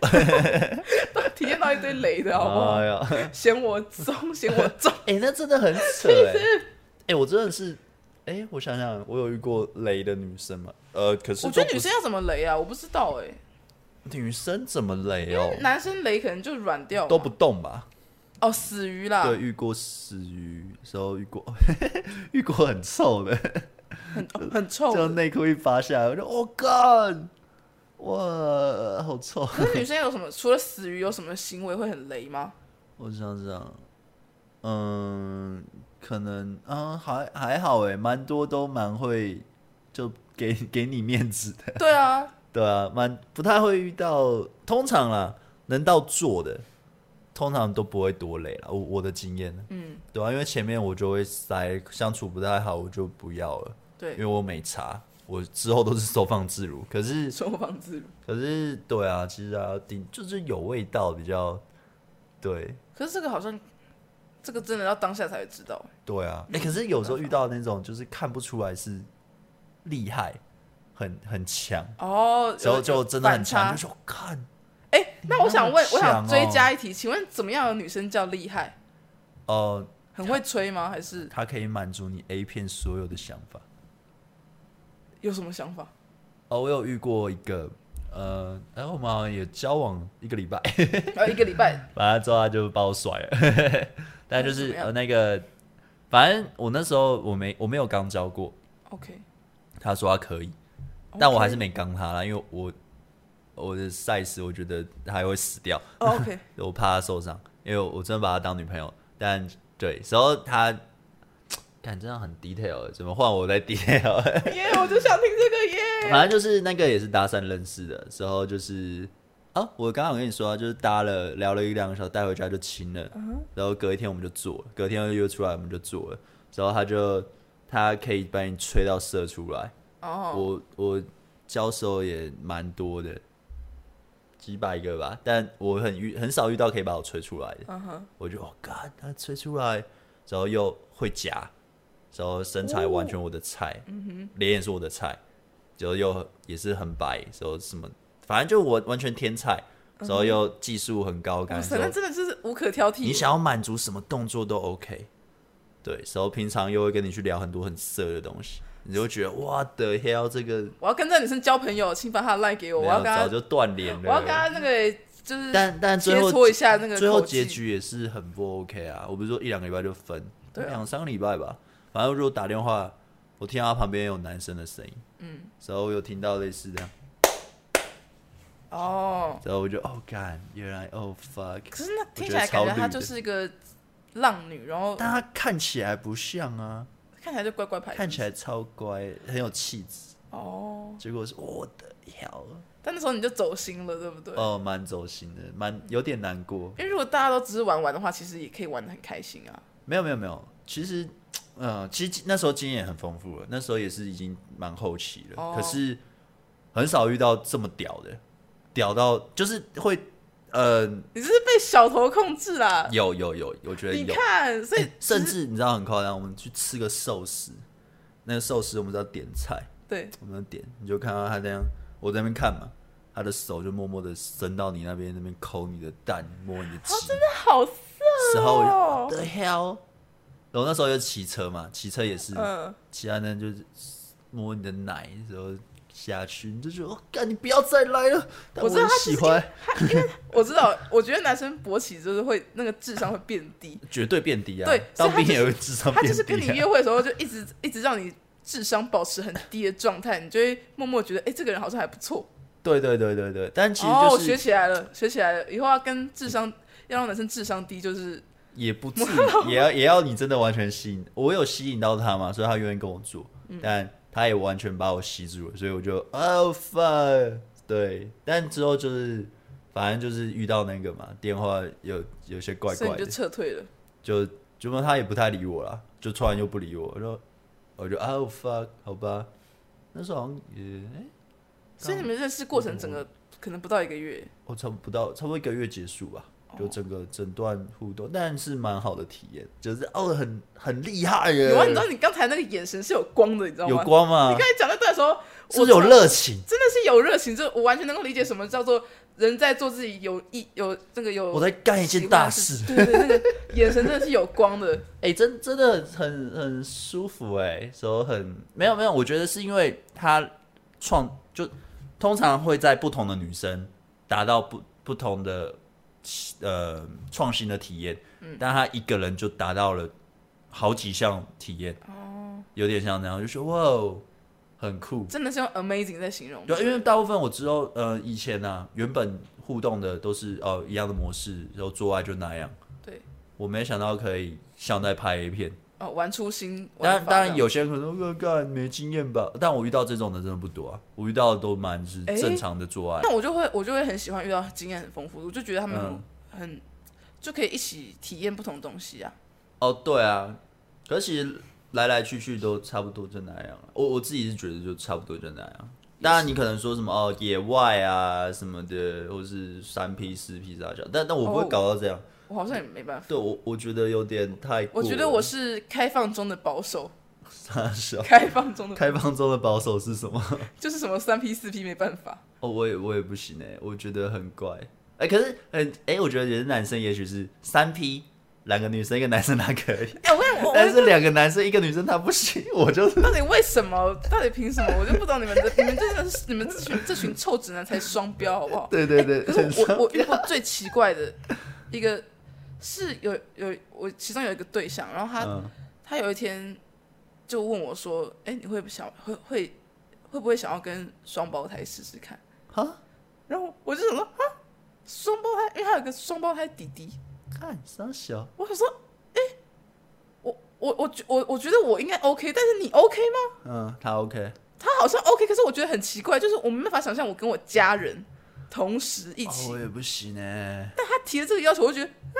S2: 体验到一堆雷的好不好？
S1: 哎呀，
S2: 嫌我 松，嫌我重，
S1: 哎、那真的很扯哎、哎、我真的是，哎、我想想，我有遇过雷的女生嘛？呃，可是
S2: 我觉得
S1: 都
S2: 女
S1: 不是
S2: 生要怎么雷啊？我不知道哎，
S1: 女生怎么雷哦？
S2: 男生雷可能就软掉嘛，
S1: 都不动吧？
S2: 哦死鱼啦，
S1: 对，遇过死鱼，时候遇过， 遇过很臭的，
S2: 很很臭
S1: 哦就内裤一扒下来，我就我干、哇，好 臭。
S2: 可是女生有什么？除了死鱼，有什么行为会很雷 吗？
S1: 我想想，嗯，可能嗯还还好哎，蛮多都蛮会就给给你面子的，
S2: 对啊，
S1: 对啊，蛮不太会遇到，通常啦能到做的，通常都不会多累了。我我的经验呢，
S2: 嗯，
S1: 对啊，因为前面我就会塞相处不太好，我就不要了，因
S2: 对，
S1: 为我没查，我之后都是收放自如。可是
S2: 收放自如。
S1: 可是对啊，其实啊，顶就是有味道比较，对
S2: 可是这个好像，这个真的要当下才会知道。
S1: 对啊。哎、可是有时候遇到那种就是看不出来是厉害，很很强，
S2: 哦，
S1: 之后就真的很强，
S2: 强
S1: 就。说看
S2: 哎、那我想问，
S1: 你
S2: 我
S1: 那么强哦
S2: 想追加一题，请问怎么样的女生叫厉害？
S1: 哦、
S2: 很会吹吗？还是
S1: 它可以满足你 A 片所有的想法。
S2: 有什么想 法？
S1: 哦，我有遇过一个，呃，然后我们好像也交往一个礼拜，
S2: 还呃有一个礼拜，
S1: 反正之后他就把我甩了， 但就
S2: 那怎
S1: 是
S2: 么样
S1: 呃那个，反正我那时候我没我没有刚交过，
S2: OK，
S1: 他说他可以，但我还是
S2: OK
S1: 没刚他啦，因为我我的 size 我觉得还会死掉，
S2: 哦 OK，
S1: 我怕他受伤，因为我真的把他当女朋友，但对，然后他。感真的很 detail，怎么换我在 detail？
S2: 耶我就想听这个耶。
S1: 反正就是那个也是搭讪认识的，时候就是啊，我刚刚有跟你说、啊，就是搭了聊了一两个小时，带回家就亲了，然后隔一天我们就做了，隔天又约出来我们就做了，然后他就他可以把你吹到射出来，
S2: 哦，
S1: 我我交手也蛮多的，几百个吧，但我很遇很少遇到可以把我吹出来的，
S2: 嗯哼，
S1: 我就哦 God，他吹出来，然后又会夹，然后身材完
S2: 哦
S1: 全我的菜，
S2: 嗯
S1: 脸也是我的菜，然后又也是很白，然后什么，反正就我完全天菜，然后又技术很高，
S2: 嗯哇
S1: 感
S2: 塞，那
S1: 觉
S2: 真的就是无可挑剔。
S1: 你想要满足什么动作都 OK，对，然后平常又会跟你去聊很多很色的东西，你就会觉得哇的 hell 这个
S2: 我要跟这个女生交朋友，请把她赖给我，
S1: 没
S2: 我
S1: 有
S2: 要跟她
S1: 早，就断联
S2: 我
S1: 了，
S2: 要跟她那个就是
S1: 但但最
S2: 切
S1: 后
S2: 磋一下那个
S1: 最后
S2: 口技
S1: 结。局也是很不 OK 啊！我不是说一两个礼拜就分，
S2: 对啊
S1: 两、三个礼拜吧。反正如果打电话，我听到他旁边有男生的声音，嗯，然后我有听到类似这样，
S2: 哦，
S1: 然后我就哦干，原来哦 fuck，
S2: 可是那听起
S1: 我觉得
S2: 来
S1: 超
S2: 感
S1: 绿
S2: 觉
S1: 的
S2: 她就是一个浪女，然后
S1: 但他看起来不像啊，
S2: 看起来就乖乖牌。
S1: 看起来超乖，很有气质。
S2: 哦，
S1: 结果是我的屌，
S2: 但那时候你就走心了，对不对？
S1: 哦，蛮走心的，蛮有点难过。
S2: 因为如果大家都只是玩玩的话，其实也可以玩的很开心啊。
S1: 没有没有没有，其实，呃，其实那时候经验也很丰富了，那时候也是已经蛮后期了，
S2: 哦
S1: 可是很少遇到这么屌的，屌到就是会，呃，
S2: 你是被小头控制啦，
S1: 有有有，我觉得
S2: 你
S1: 有，
S2: 看，所以
S1: 欸甚至你知道很夸张，我们去吃个寿司，那个寿司我们知道点菜，
S2: 对，
S1: 我们点，你就看到他那样，我在那边看嘛，他的手就默默的伸到你那边，那边抠你的蛋，摸
S2: 哦
S1: 你的鸡，
S2: 好色
S1: 嗯时候
S2: 哦
S1: 我就 what the hell，然后那时候就骑车嘛，骑车也是，
S2: 嗯，
S1: 其他人就是摸你的奶的时候下去，你就觉得哦，干、你不要再来了。但
S2: 我知道
S1: 很
S2: 他
S1: 喜欢，
S2: 我知道，我觉得男生勃起就是会那个智商会变低，
S1: 绝对变低啊！
S2: 对所以
S1: 当
S2: 他
S1: 兵
S2: 就是
S1: 也会智商
S2: 他
S1: 变低、
S2: 就
S1: 啊。
S2: 是跟你约会的时候就一直一直让你智商保持很低的状态，你就会默默觉得，哎、这个人好像还不错，
S1: 对对对对对，但其实
S2: 哦，
S1: 就
S2: 学
S1: 是
S2: 起来了，学起来了，以后要跟智商要让男生智商低，就是
S1: 也不 至于，也要也要你真的完全吸引。我有吸引到他嘛，所以他愿意跟我做，
S2: 嗯
S1: 但他也完全把我吸住了，所以我就哦 fuck，对。但之后就是反正就是遇到那个嘛，电话有有些怪
S2: 所以
S1: 怪的
S2: 你就，撤退了。
S1: 就就问他也不太理我啦，就突然就不理我，我就我就啊、oh, fuck，好吧。那时候好像也哎，
S2: 所以你们认识过程
S1: 嗯
S2: 整个可能不到一个月，
S1: 我、哦差不不到差不多一个月结束吧，就
S2: 哦
S1: 整个整段互动，但是蛮好的体验，就是哦很很厉害耶
S2: 有啊，你知道你刚才那个眼神是有光的，你知道
S1: 有
S2: 吗？
S1: 光吗
S2: 你刚？才讲那段的时候，
S1: 是不是有
S2: 我
S1: 热情？
S2: 真的是有热情，这我完全能够理解什么叫做人在做自己有意有这个有
S1: 我在干一件大事，
S2: 对对对，那个眼神真的是有光的，
S1: 哎、真真的很很舒服哎、手很没有没有，我觉得是因为他创就通常会在不同的女生达到不不同的呃创新的体验，但他一个人就达到了好几项体验，哦，有点像那样，就说哇哦，很酷。
S2: 真的是用 amazing 在形容。
S1: 对，啊因为大部分我之后呃以前呢、啊，原本互动的都是哦一样的模式，然后做爱就那样。
S2: 对，
S1: 我没想到可以像在拍 A 片，
S2: 哦，玩出新。
S1: 当
S2: 玩
S1: 然
S2: 法
S1: 当
S2: 这
S1: 然
S2: 样
S1: 有些人可能说呃干没经验吧，但我遇到这种的真的不多啊，我遇到的都蛮是
S2: 诶
S1: 正常的做爱。
S2: 那我就会我就会很喜欢遇到经验很丰富的，我就觉得他们
S1: 嗯
S2: 很、很就可以一起体验不同东西啊。
S1: 哦，对啊，可是其实来来去去都差不多就那样啊了。我我自己是觉得就差不多就那样。当然，你可能说什么哦，野外啊什么的，或是三 P 四 P 啥小，但但我不会
S2: 哦
S1: 搞到这样。
S2: 我好像也没办法，
S1: 对我我觉得有点太过
S2: 我
S1: 了。
S2: 觉得我是开放中的保守，
S1: 傻笑。
S2: 开放中的
S1: 开放中的保守是什么？
S2: 就是什么三 P 四 P 没办法。
S1: 哦，我也我也不行哎、我觉得很怪哎、可是哎哎、我觉得有些男生也许是三 P，两个女生一个男生他可以，
S2: 哎、我跟你我
S1: 但
S2: 我
S1: 是两个男生一个女生他不行，我就是
S2: 到底为什么？到底凭什么？我就不懂你们的，你们真的是你们这群这群臭直男才双标好不好？
S1: 对对对，
S2: 哎可
S1: 很
S2: 是我我遇过最奇怪的一个是有有我其中有一个对象，然后他、
S1: 嗯
S2: 他有一天就问我说：“哎、你会不想会会会不会想要跟双胞胎试试看
S1: 哈，？”
S2: 然后我就想说：“啊，双胞胎，因为他有个双胞胎弟弟。
S1: 看傻小。”
S2: 我想说：“哎、我我我觉我我觉得我应该 OK，但是你 OK 吗？
S1: 嗯，他 OK，
S2: 他好像 OK，可是我觉得很奇怪，就是我没办法想象我跟我家人同时一起。
S1: 哦、我也不行欸呢、
S2: 但他提了这个要求，我就觉得，嗯，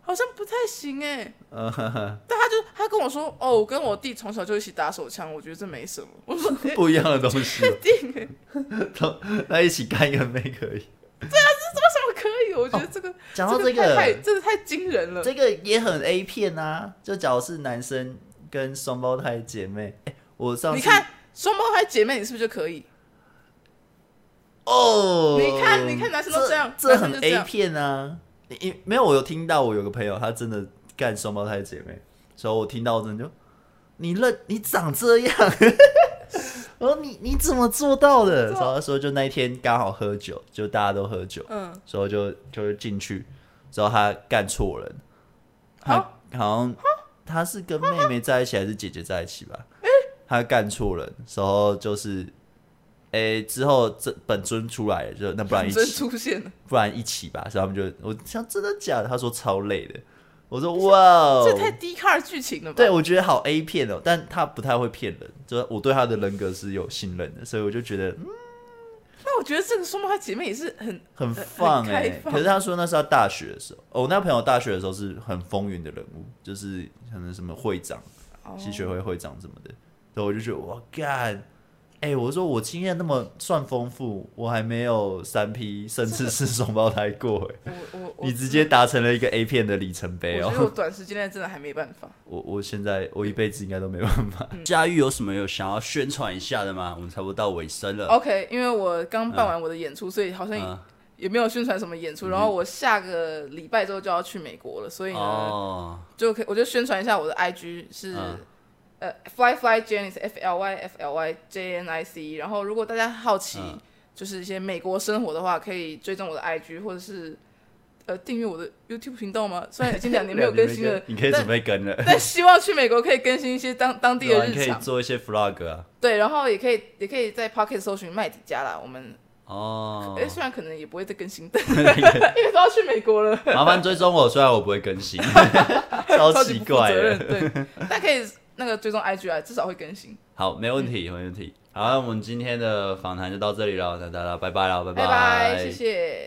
S2: 好像不太行哎、
S1: 嗯 呵呵
S2: 但他就他跟我说，哦，我跟我弟从小就一起打手枪，我觉得这没什么。我说，哎、
S1: 不一样的东西，
S2: 定哎、
S1: 他他一起干一个妹可以。
S2: 为什么可以？我觉得这个、
S1: 哦讲到
S2: 这
S1: 这个
S2: 太太真的太惊人了。
S1: 这个也很 A 片啊，就假如是男生跟双胞胎姐妹，哎、我上次
S2: 你看双胞胎姐妹，你是不是就可以？
S1: 哦，
S2: 你看你看男生都这样
S1: 这这
S2: 男
S1: 很
S2: 生就这
S1: A
S2: 样
S1: 片啊。你你没有，我有听到我有个朋友，他真的干双胞胎姐妹，所以我听到我真的就，你认你长这样， 我说你你怎么做到的？
S2: 做
S1: 然后他说就那一天刚好喝酒，就大家都喝酒，
S2: 嗯，
S1: 所以就就是进去，之后他干错人，他
S2: 啊
S1: 好像他是跟妹妹在一起还是姐姐在一起吧？
S2: 哎
S1: 他干错人，然后就是，诶、之后这本尊出来了，就那不然一
S2: 真
S1: 起，
S2: 出现了，
S1: 不然一起吧。所以他们就我想真的假的？他说超累的，我说哇哦，
S2: 这太低卡剧情了吧？
S1: 对，我觉得好 A 片哦，但他不太会骗人，就是我对他的人格是有信任的，所以我就觉得嗯
S2: 那我觉得这个双胞胎姐妹也是很
S1: 很
S2: 很
S1: 放
S2: 很
S1: 哎、
S2: 开放
S1: 可是他说那是他大学的时候，哦我那朋友大学的时候是很风云的人物，就是可能什么会长、
S2: 哦
S1: 系学会会长什么的，所以我就觉得我干。哎、我说我经验那么算丰富，我还没有三 P 甚至是双胞胎过、欸，
S2: 我我我
S1: 你直接达成了一个 A 片的里程碑
S2: 我
S1: 哦
S2: 觉。得我短时间内真的还没办 法。
S1: 我我现在我一辈子应该都没办法。
S2: 嗯
S1: 佳玉有什么有想要宣传一下的吗？我们差不多到尾声了。
S2: OK，因为我刚办完我的演出，所以好像
S1: 嗯
S2: 也没有宣传什么演出。然后我下个礼拜之后就要去美国了，所以呢，
S1: 哦，
S2: 就可以我就宣传一下我的 IG 是、
S1: 嗯
S2: 呃 fly fly janice f l y f l y j n i c。然 E 后如果大家好奇、
S1: 嗯
S2: 就是一些美国生活的话，可以追踪我的 IG 或者是呃订阅我的 YouTube 频道 吗？虽然已经两年没有更新了，
S1: 你可以准备跟了。
S2: 但希望去美国可以更新一些当当地
S1: 对啊
S2: 的
S1: 你可
S2: 日
S1: 以
S2: 常。
S1: 做一些 vlog 啊。
S2: 对，然后也可以也可以在 Pocket 搜寻麦迪家啦，我们
S1: 哦
S2: 哎、，虽然可能也不会再 更新，但因为都要去美国了，
S1: 麻烦追踪我，虽然我不会更 新，超
S2: 级
S1: 奇
S2: 不负
S1: 怪
S2: 责任。
S1: 的。
S2: 对，但可以那个追踪 IG 啊，至少会更新。
S1: 好，没问题，没问题。好，那我们今天的访谈就到这里了，那大家拜拜了，拜
S2: 拜拜，谢谢。